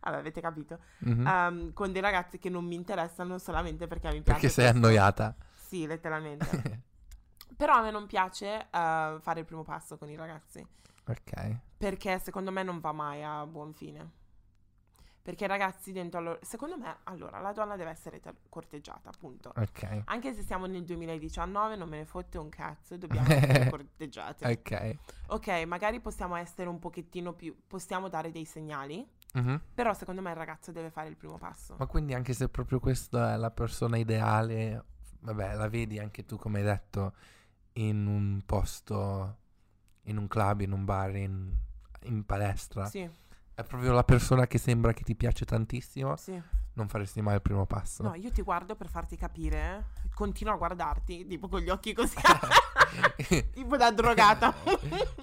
Vabbè, avete capito. Mhm. Ehm, con dei ragazzi che non mi interessano solamente perché mi piace. Perché sei annoiata. Sì, letteralmente. Eh. Però a me non piace eh, fare il primo passo con i ragazzi. ok. Perché secondo me non va mai a buon fine. Perché i ragazzi dentro a loro... Secondo me, allora, la donna deve essere tal- corteggiata, appunto. Ok. Anche se siamo nel 2019, non me ne fotte un cazzo, dobbiamo essere corteggiate. Ok. Ok, magari possiamo essere un pochettino più... possiamo dare dei segnali, Mhm. però secondo me il ragazzo deve fare il primo passo. Ma quindi anche se proprio questa è la persona ideale, vabbè, la vedi anche tu come hai detto in un posto, in un club, in un bar, in, in palestra. Sì, È proprio la persona che sembra che ti piace tantissimo, sì. non faresti mai il primo passo. No, io ti guardo per farti capire, eh. continuo a guardarti, tipo con gli occhi così, tipo da drogata.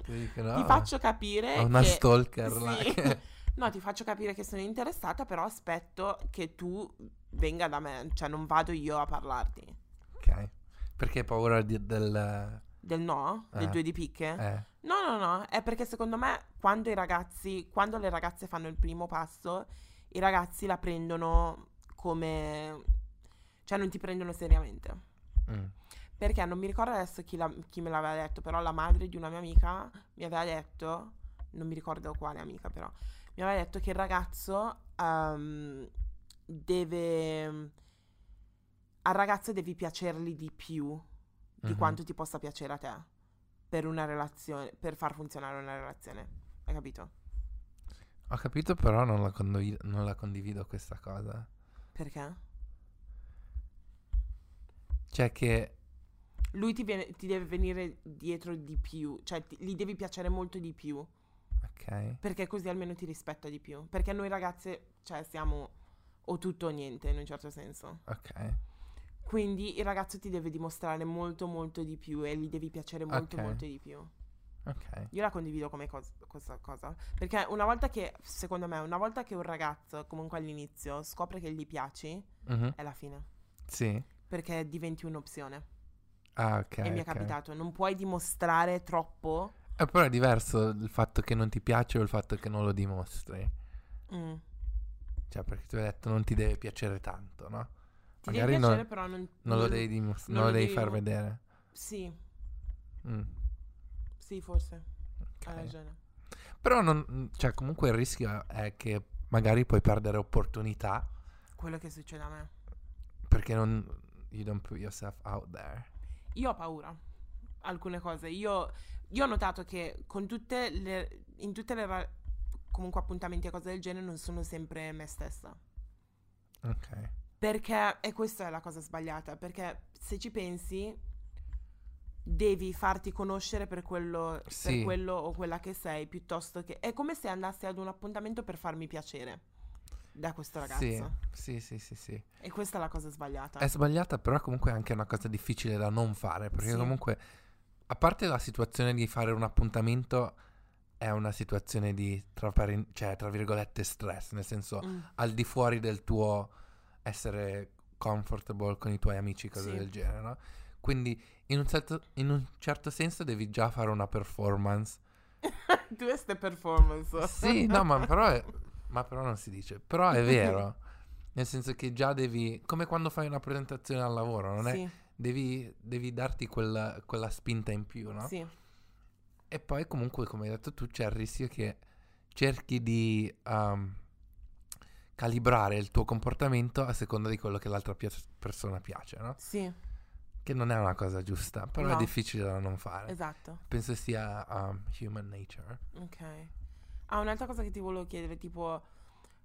Ti dico, no, ti faccio capire ho una che... stalker là Sì. che- No, ti faccio capire che sono interessata, però aspetto che tu venga da me, cioè non vado io a parlarti. Ok. Perché hai paura di- del... Del no? Del Eh. due di picche? eh, No, no, no, è perché secondo me quando i ragazzi, quando le ragazze fanno il primo passo, i ragazzi la prendono come... cioè non ti prendono seriamente. mm. Perché non mi ricordo adesso chi, la- chi me l'aveva detto, però la madre di una mia amica mi aveva detto, non mi ricordo quale amica però, mi aveva detto che il ragazzo ehm, deve... al ragazzo devi piacergli di più di Mhm. quanto ti possa piacere a te per una relazione, per far funzionare una relazione. Hai capito? Ho capito, però non la, condivido, non la condivido questa cosa. Perché? Cioè che... Lui ti, viene- ti deve venire dietro di più, cioè ti- gli devi piacere molto di più. Ok. Perché così almeno ti rispetta di più. Perché noi ragazze, cioè, siamo o tutto o niente in un certo senso. Ok. Quindi il ragazzo ti deve dimostrare molto molto di più e gli devi piacere molto Ok. molto di più. Ok. Io la condivido come cos- questa cosa. Perché una volta che, secondo me, una volta che un ragazzo, comunque all'inizio, scopre che gli piaci, Mhm. è la fine. Sì. Perché diventi un'opzione. Ah, ok. e mi è ok. capitato. Non puoi dimostrare troppo. Eh, però è diverso il fatto che non ti piace o il fatto che non lo dimostri. Mm. Cioè, perché tu hai detto non ti deve piacere tanto, no? Ti Magari devi non- piacere, però non. Non lo non- devi dimostrare, Mm. non non lo lo devi devi far dimo- vedere. Sì, Mm, sì, forse. ok. Hai ragione. Però non... Cioè, comunque il rischio è che magari puoi perdere opportunità Quello che succede a me. perché non... You don't put yourself out there. Io ho paura. Alcune cose. Io, io ho notato che con tutte le. in tutte le. ra- comunque appuntamenti e cose del genere non sono sempre me stessa. Ok. Perché. e questa è la cosa sbagliata. Perché se ci pensi. Devi farti conoscere per quello, per Sì. quello o quella che sei, piuttosto che. È come se andassi ad un appuntamento per farmi piacere da questo ragazzo. Ah. Sì, sì, sì, sì, sì. E questa è la cosa sbagliata. È sbagliata, però comunque è anche una cosa difficile da non fare, perché Sì. comunque, a parte la situazione di fare un appuntamento, è una situazione di, tra, paren- cioè, tra virgolette, stress, nel senso Mm. al di fuori del tuo essere comfortable con i tuoi amici, cose Sì. del genere, no? Quindi in un, certo, in un certo senso devi già fare una performance. Tu e ste performance. Sì, no, ma però, è- ma però non si dice, però è vero. Nel senso che già devi, come quando fai una presentazione al lavoro, non è sì, devi, devi darti quella, quella spinta in più, no? sì. E poi comunque, come hai detto tu, c'è il rischio che cerchi di um, calibrare il tuo comportamento a seconda di quello che l'altra pia- persona piace, no? Sì, Che non è una cosa giusta, però No. è difficile da non fare. esatto. Penso sia um, human nature. Ok. Ah, un'altra cosa che ti volevo chiedere, tipo,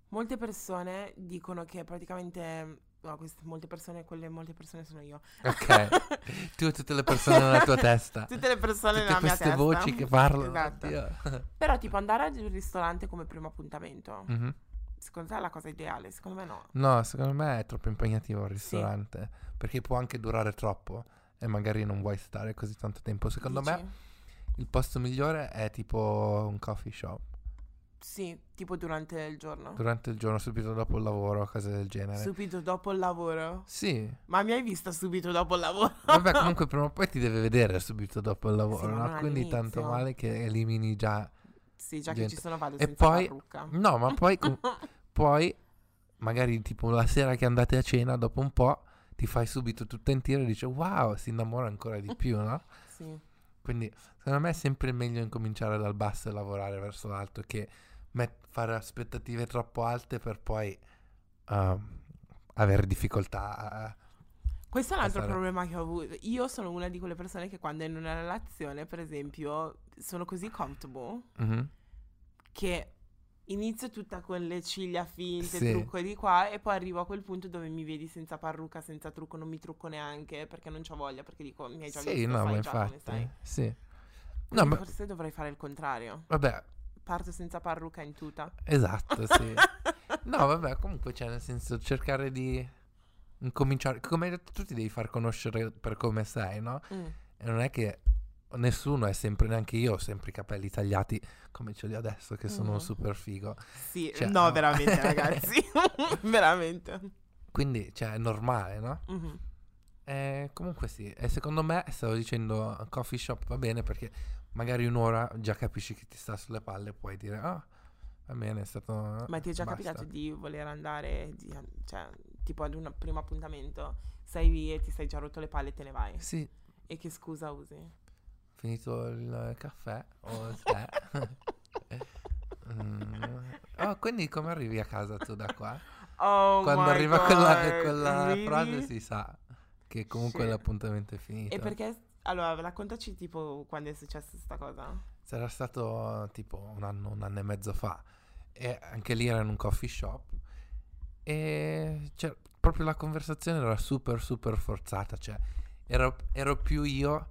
molte persone dicono che praticamente... No, queste molte persone, quelle molte persone sono io. Ok, tu e tutte le persone nella tua testa. Tutte le persone Tutte nella mia queste testa. voci che parlano. Esatto. Dio. Però tipo andare ad un ristorante come primo appuntamento, Mhm. secondo te è la cosa ideale? Secondo me no. No, secondo me è troppo impegnativo il Sì. ristorante, perché può anche durare troppo e magari non vuoi stare così tanto tempo. Secondo me Dici? il posto migliore è tipo un coffee shop, Sì, tipo durante il giorno. durante il giorno, subito dopo il lavoro, cose del genere. Subito dopo il lavoro. sì, Ma mi hai vista subito dopo il lavoro? vabbè comunque prima o poi ti deve vedere subito dopo il lavoro, ma no? non quindi tanto all'inizio. male che elimini già... Sì, già che Gente. ci sono vado E senza poi- Mm. parrucca. No, ma poi, com- poi magari tipo la sera che andate a cena, dopo un po', ti fai subito tutto in tiro e dici wow, si innamora ancora di più, no? Sì. Quindi secondo me è sempre meglio incominciare dal basso e lavorare verso l'alto che met- fare aspettative troppo alte per poi ehm, avere difficoltà a... Questo è un altro Passare. problema che ho avuto. Io sono una di quelle persone che quando è in una relazione, per esempio, sono così comfortable Mhm. che inizio tutta con le ciglia finte, Sì. trucco di qua e poi arrivo a quel punto dove mi vedi senza parrucca, senza trucco, non mi trucco neanche perché non c'ho voglia, perché dico mi hai già Sì, visto, no, sai ma già come infatti... stai. Sì. No, Quindi ma Forse dovrei fare il contrario. vabbè, Parto senza parrucca in tuta. esatto, sì. No, vabbè, comunque c'è nel senso cercare di incominciare... Come hai detto tu ti devi far conoscere per come sei, no? Mm. E non è che nessuno è sempre, neanche io ho sempre i capelli tagliati come ce li ho adesso, che sono Mhm. super figo. Sì, Cioè, no, no. veramente ragazzi. veramente. Quindi, cioè, è normale, no? Mhm. Eh, comunque sì, e secondo me, stavo dicendo, coffee shop va bene perché magari un'ora già capisci che ti sta sulle palle e puoi dire, ah, va bene, è stato... Ma ti è già basta." capitato di voler andare, di- cioè, tipo ad un primo appuntamento, sei lì e ti sei già rotto le palle e te ne vai? Sì, E che scusa usi? finito il caffè o il tè. eh, Mm. Oh, quindi come arrivi a casa tu da qua? Oh mm, Quando my arriva God, quella, quella really? frase cioè. si sa che comunque Shit. l'appuntamento è finito. E perché? Allora, raccontaci tipo quando è successa questa cosa. C'era stato tipo un anno, un anno e mezzo fa e anche lì era in un coffee shop e c'era- proprio la conversazione era super super forzata, cioè ero, ero più io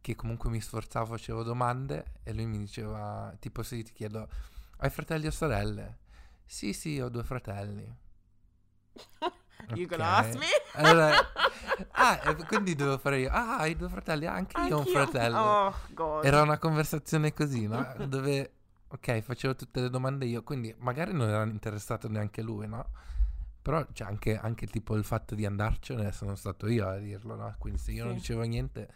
che comunque mi sforzavo, facevo domande e lui mi diceva tipo se ti chiedo hai fratelli o sorelle? Sì sì ho due fratelli. You Ok. gonna ask me? Allora, ah, e quindi dovevo fare io. Ah, hai due fratelli? Anche io ho un Anch'io. fratello. Oh, God. Era una conversazione così, no? Dove, ok, facevo tutte le domande io, quindi magari non era interessato neanche lui, no? Però c'è anche, anche tipo il fatto di andarcene, sono stato io a dirlo, no? Quindi se io non Sì. dicevo niente,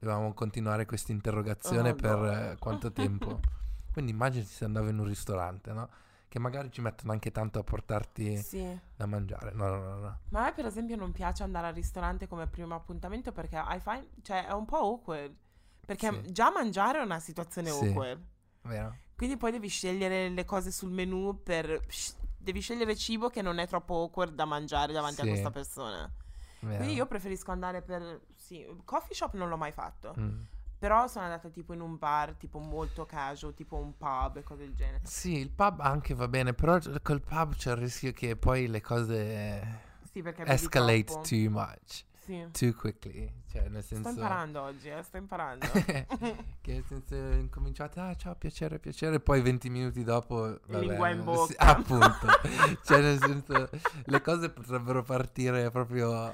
dovevamo continuare questa interrogazione Oh, per no. eh, quanto tempo. Quindi immagini se andavo in un ristorante, no? Che magari ci mettono anche tanto a portarti Sì. da mangiare. No, no, no, no. Ma a me per esempio non piace andare al ristorante come primo appuntamento perché I find, cioè, è un po' awkward. Perché Sì. già mangiare è una situazione Sì. awkward. Vero? Quindi poi devi scegliere le cose sul menu per... sci- Devi scegliere cibo che non è troppo awkward da mangiare davanti Sì. a questa persona. Vero. Quindi io preferisco andare per... Sì, coffee shop non l'ho mai fatto. Mm. Però sono andata tipo in un bar, tipo molto casual, tipo un pub e cose del genere. Sì, il pub anche va bene, però col pub c'è il rischio che poi le cose Sì, perché... bevi escalate troppo. too much, Sì. too quickly. Cioè, nel Sto senso... imparando oggi, eh, sto imparando. che nel senso incominciate, ah ciao, piacere, piacere, poi 20 minuti dopo... vabbè, Lingua in sì, bocca. appunto. cioè, nel senso, le cose potrebbero partire proprio...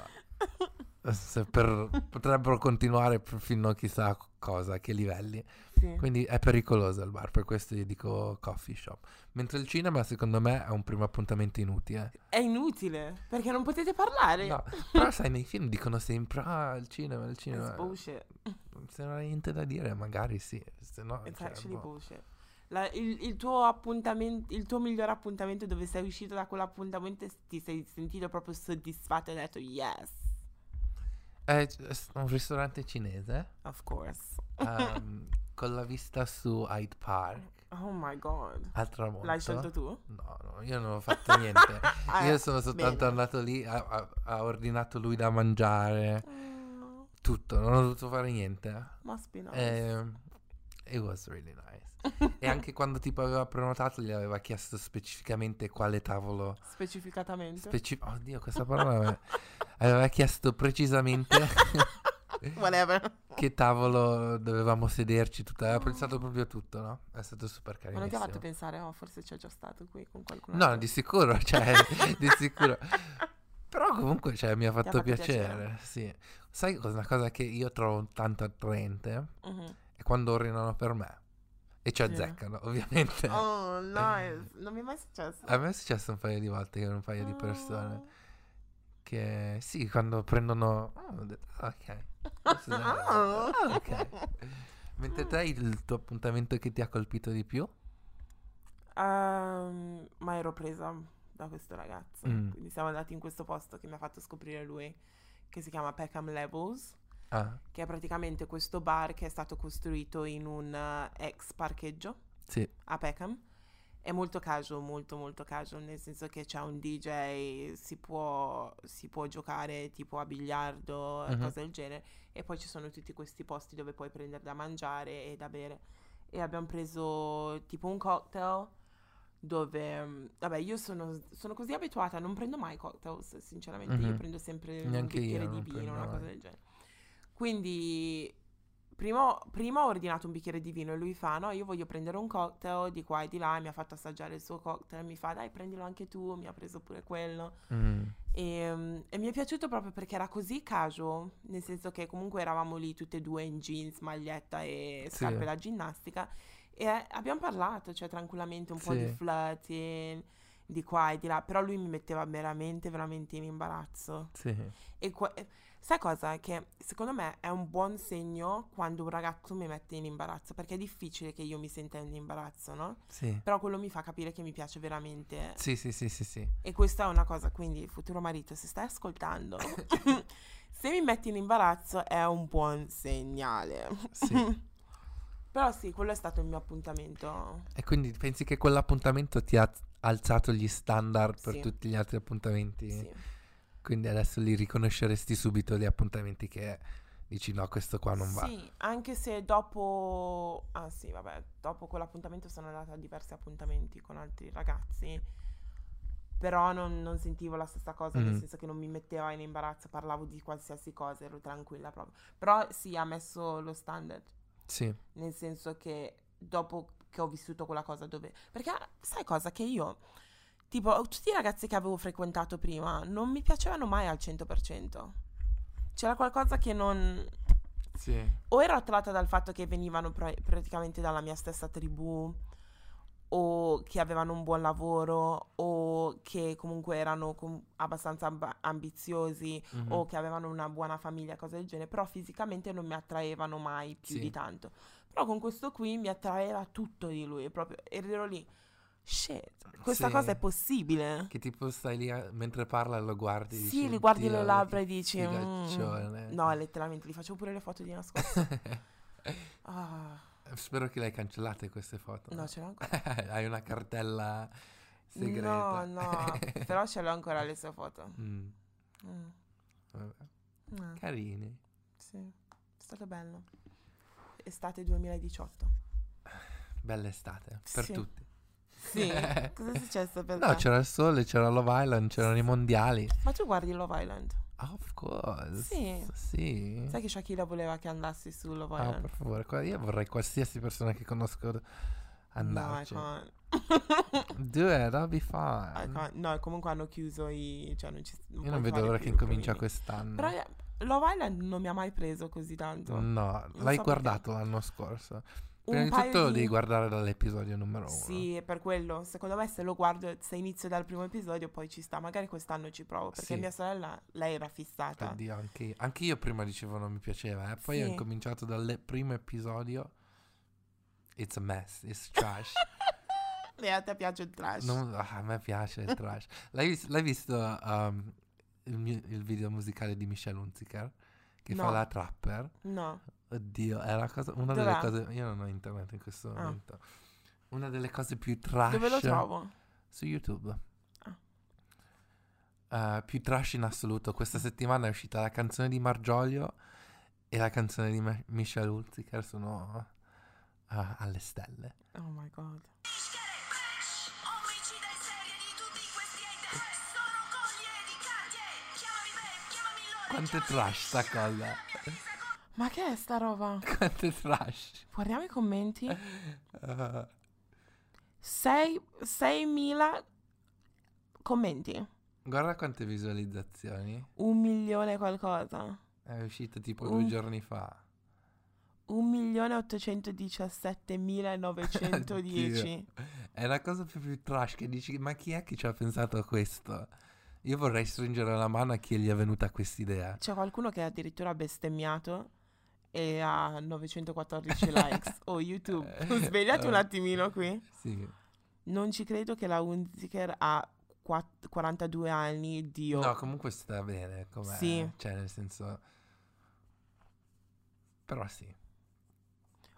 se per- potrebbero continuare per- fino a chissà cosa, a che livelli. Sì. Quindi è pericoloso il bar, per questo io dico coffee shop. Mentre il cinema, secondo me, è un primo appuntamento inutile. È inutile, perché non potete parlare. No, però sai, nei film dicono sempre, ah, il cinema, il It's cinema. bullshit. Se non hai niente da dire, magari sì. Se no, It's cioè, actually boh. bullshit. La- il, il tuo appuntamento, il tuo miglior appuntamento dove sei uscito da quell'appuntamento e ti sei sentito proprio soddisfatto e hai detto yes, È c- s- un ristorante cinese of course. ehm, con la vista su Hyde Park Oh my god. al tramonto. L'hai scelto tu? No, no, io non ho fatto niente. Ah, Io sono soltanto bene. andato lì, ha, ha- ha ordinato lui da mangiare, Oh, tutto, non ho dovuto fare niente. must be nice. Ehm, it was really nice. e anche quando tipo aveva prenotato gli aveva chiesto specificamente quale tavolo. Specificatamente. Speci- Oddio, questa parola me- aveva chiesto precisamente Whatever. che tavolo dovevamo sederci, tutto. Aveva pensato proprio tutto, no? È stato super Ma non ti ha fatto carino. pensare, oh, forse c'è già stato qui con qualcuno. No, altro?" di sicuro, cioè, di sicuro. Però comunque cioè, mi ha fatto, fatto piacere. piacere, sì. Sai cosa? Una cosa che io trovo tanto attraente Mhm. è quando ordinano per me. E ci Sì. azzeccano, ovviamente. Oh, nice. Non mi è mai successo. A me è successo un paio di volte con un paio Ah, di Ah. persone che sì, quando prendono... Oh, d- ok. Questo è- Oh. ah, ok. Mentre te il tuo appuntamento che ti ha colpito di più? Ehm, ma ero presa da questo ragazzo. Mm. Quindi siamo andati in questo posto che mi ha fatto scoprire lui, che si chiama Peckham Levels, Ah, che è praticamente questo bar che è stato costruito in un eh, ex parcheggio sì. a Peckham. è molto casual, molto molto casual, nel senso che c'è un DJ, si può, si può giocare tipo a biliardo e Mhm. cose del genere e poi ci sono tutti questi posti dove puoi prendere da mangiare e da bere e abbiamo preso tipo un cocktail dove, mm, vabbè io sono, sono così abituata, non prendo mai cocktail s- sinceramente, io Mhm. prendo sempre un Neanche io bicchiere non di vino, prendo una cosa mai. del genere. Quindi prima, prima ho ordinato un bicchiere di vino e lui fa no, io voglio prendere un cocktail di qua e di là, mi ha fatto assaggiare il suo cocktail, mi fa dai prendilo anche tu, mi ha preso pure quello. Mm. E, mm, e mi è piaciuto proprio perché era così casual, nel senso che comunque eravamo lì tutte e due in jeans, maglietta e Sì. scarpe da ginnastica e eh, abbiamo parlato, cioè tranquillamente un po' di Sì. flirting, di qua e di là, però lui mi metteva veramente, veramente in imbarazzo. Sì. E qua- eh, sai cosa? Che secondo me è un buon segno quando un ragazzo mi mette in imbarazzo, perché è difficile che io mi senta in imbarazzo, no? Sì. Però quello mi fa capire che mi piace veramente. Sì, sì, sì, sì, sì. E questa è una cosa, quindi futuro marito, se stai ascoltando, se mi metti in imbarazzo è un buon segnale. Sì. Però sì, quello è stato il mio appuntamento. E quindi pensi che quell'appuntamento ti ha alzato gli standard per Sì. tutti gli altri appuntamenti? Sì. Quindi adesso li riconosceresti subito gli appuntamenti che dici no, questo qua non va. Sì, anche se dopo, ah sì, vabbè, dopo quell'appuntamento sono andata a diversi appuntamenti con altri ragazzi, però non, non sentivo la stessa cosa, nel Mm. senso che non mi metteva in imbarazzo, parlavo di qualsiasi cosa, ero tranquilla proprio. Però sì, ha messo lo standard. Sì. nel senso che dopo che ho vissuto quella cosa dove... Perché ah, sai cosa? Che io, tipo, tutti i ragazzi che avevo frequentato prima non mi piacevano mai al 100%. C'era qualcosa che non... Sì. O ero attratta dal fatto che venivano pra- praticamente dalla mia stessa tribù, o che avevano un buon lavoro, o che comunque erano com- abbastanza amb- ambiziosi, Mhm. o che avevano una buona famiglia, cose del genere, però fisicamente non mi attraevano mai più Sì. di tanto. Però con questo qui mi attraeva tutto di lui, proprio, ed ero lì, shit, questa Sì. cosa è possibile? Che tipo stai lì a- mentre parla lo guardi. Sì, dici, li guardi "Oddio, le labbra che e dici... "Mm". figaccione." No, letteralmente, li faccio pure le foto di nascosto. Ah, eh, Spero che le hai cancellate queste foto. no, ce l'ho ancora. hai una cartella segreta. No, no, però ce l'ho ancora le sue foto. Mm, Mm. vabbè. Eh, Carini. sì, è stato bello. Estate 2018. Bella estate. Per Sì. Eh, tutti. Sì, cosa è successo per No, te? c'era il sole, c'era Love Island, c'erano i mondiali. Ma tu guardi Love Island? Of course. Sì. Sì. Sai che Shakira voleva che andassi su Love Ah, Island? per favore, qua- io vorrei qualsiasi persona che conosco d- no, ecco, I andarci. can't. Do it, that'll be fun. I can't. No, comunque hanno chiuso i... Cioè non ci... Io non vedo l'ora che incomincia incomincia quest'anno. Però eh, Love Island non mi ha mai preso così tanto. No, so l'hai perché. guardato l'anno scorso. Mm. Prima Un di paio tutto lo di- devi guardare dall'episodio numero uno. Sì, è per quello. Secondo me se lo guardo, se inizio dal primo episodio, poi ci sta. Magari quest'anno ci provo, perché Sì. mia sorella, lei era fissata. Oddio, anche io. anche io prima dicevo non mi piaceva, eh. poi ho Sì. incominciato dal primo episodio. It's a mess, it's trash. E a te piace il trash. Non- ah, a me piace il trash. L'hai, vis- l'hai visto um, il, mu- il video musicale di Michelle Hunziker che fa No. la trapper? No. Oddio, è la cosa, una delle Dov'è? cose. Io non ho internet in questo Ah. momento. Una delle cose più trash Dove lo trovo? su YouTube. Ah. Eh, più trash in assoluto. Questa settimana è uscita la canzone di Margiolio e la canzone di Ma- Michelle Hunziker sono ah, alle stelle. Oh my god. Omicida in serie di tutti questi hater Sono collie di Cartier Chiamami me, chiamami loro Quanto è trash sta cosa. Ma che è sta roba? Quanto è trash. Guardiamo i commenti. Ah. 6, 6.000 commenti. Guarda quante visualizzazioni. Un milione qualcosa. È uscita tipo Un- due giorni fa. 1.817.910. È la cosa più, più trash che dici, ma chi è che ci ha pensato a questo? Io vorrei stringere la mano a chi gli è venuta quest'idea. C'è qualcuno che addirittura ha bestemmiato e ha 914 likes. Oh YouTube, svegliati un attimino qui. Eh, Sì. Non ci credo che la Hunziker ha quat- 42 anni, Dio. No, comunque sta bene. Com'è? Sì. Cioè, nel senso... Però sì.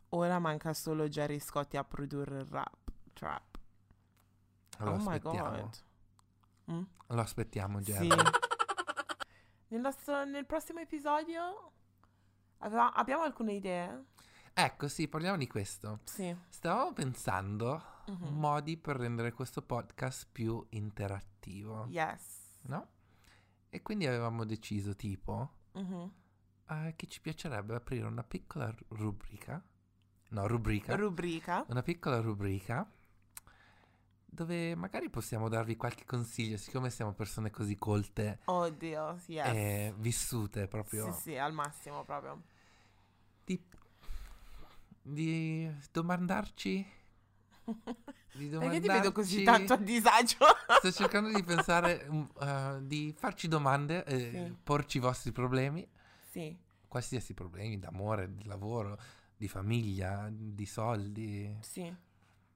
Ora manca solo Jerry Scotti a produrre il rap, trap. Lo oh my aspettiamo. god. Mm? Lo aspettiamo, Sì. Jerry. nel, nostro- nel prossimo episodio aveva- abbiamo alcune idee? Ecco, sì, parliamo di questo. Sì. Stavamo pensando Mhm. modi per rendere questo podcast più interattivo, Mm-hmm. Yes. no? E quindi avevamo deciso, tipo, Mhm. eh, che ci piacerebbe aprire una piccola ru- rubrica. No, rubrica. Rubrica. una piccola rubrica dove magari possiamo darvi qualche consiglio, siccome siamo persone così colte Oddio, yes. e eh, vissute proprio, Sì, sì, al massimo proprio. Di, di domandarci... Di domandarci... Perché ti vedo così tanto a disagio? Sto cercando di pensare, um, eh, di farci domande, eh, Sì. porci i vostri problemi, sì, qualsiasi problemi, d'amore, di lavoro, di famiglia, di soldi, sì.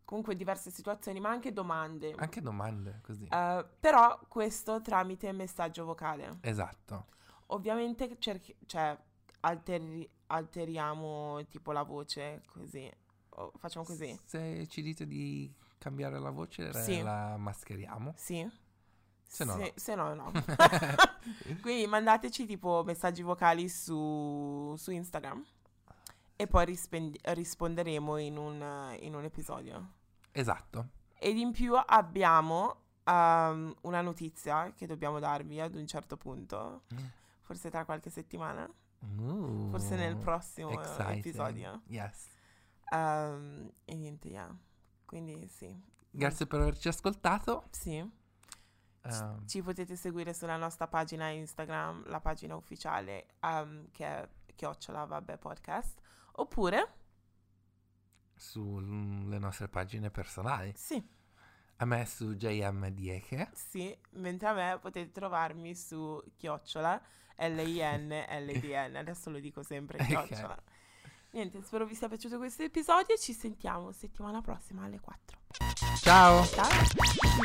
Comunque diverse situazioni, ma anche domande. anche domande così. Eh, però questo tramite messaggio vocale. Esatto. Ovviamente cerchi- cioè, alteri- alteriamo tipo la voce, così. O- facciamo così. Se ci dite di cambiare la voce, Sì. eh, la mascheriamo. Sì? Se no, no. se no, no. Quindi mandateci tipo messaggi vocali su, su Instagram e poi rispendi- risponderemo in un, in un episodio. Esatto. Ed in più abbiamo ehm, una notizia che dobbiamo darvi ad un certo punto, Mm. forse tra qualche settimana, Uh, forse nel prossimo eh, exciting. episodio. Yes. Ehm, e niente, yeah. Quindi sì, Grazie per averci ascoltato. sì. Ehm, Ci potete seguire sulla nostra pagina Instagram, la pagina ufficiale um, che è chiocciola vabbè podcast. Oppure, sulle nostre pagine personali. sì, A me su JM Dieke. sì, mentre a me potete trovarmi su chiocciola L-I-N-L-D-N. Adesso lo dico sempre Ok. chiocciola. Niente, spero vi sia piaciuto questo episodio e ci sentiamo settimana prossima alle 4. Ciao! Ciao!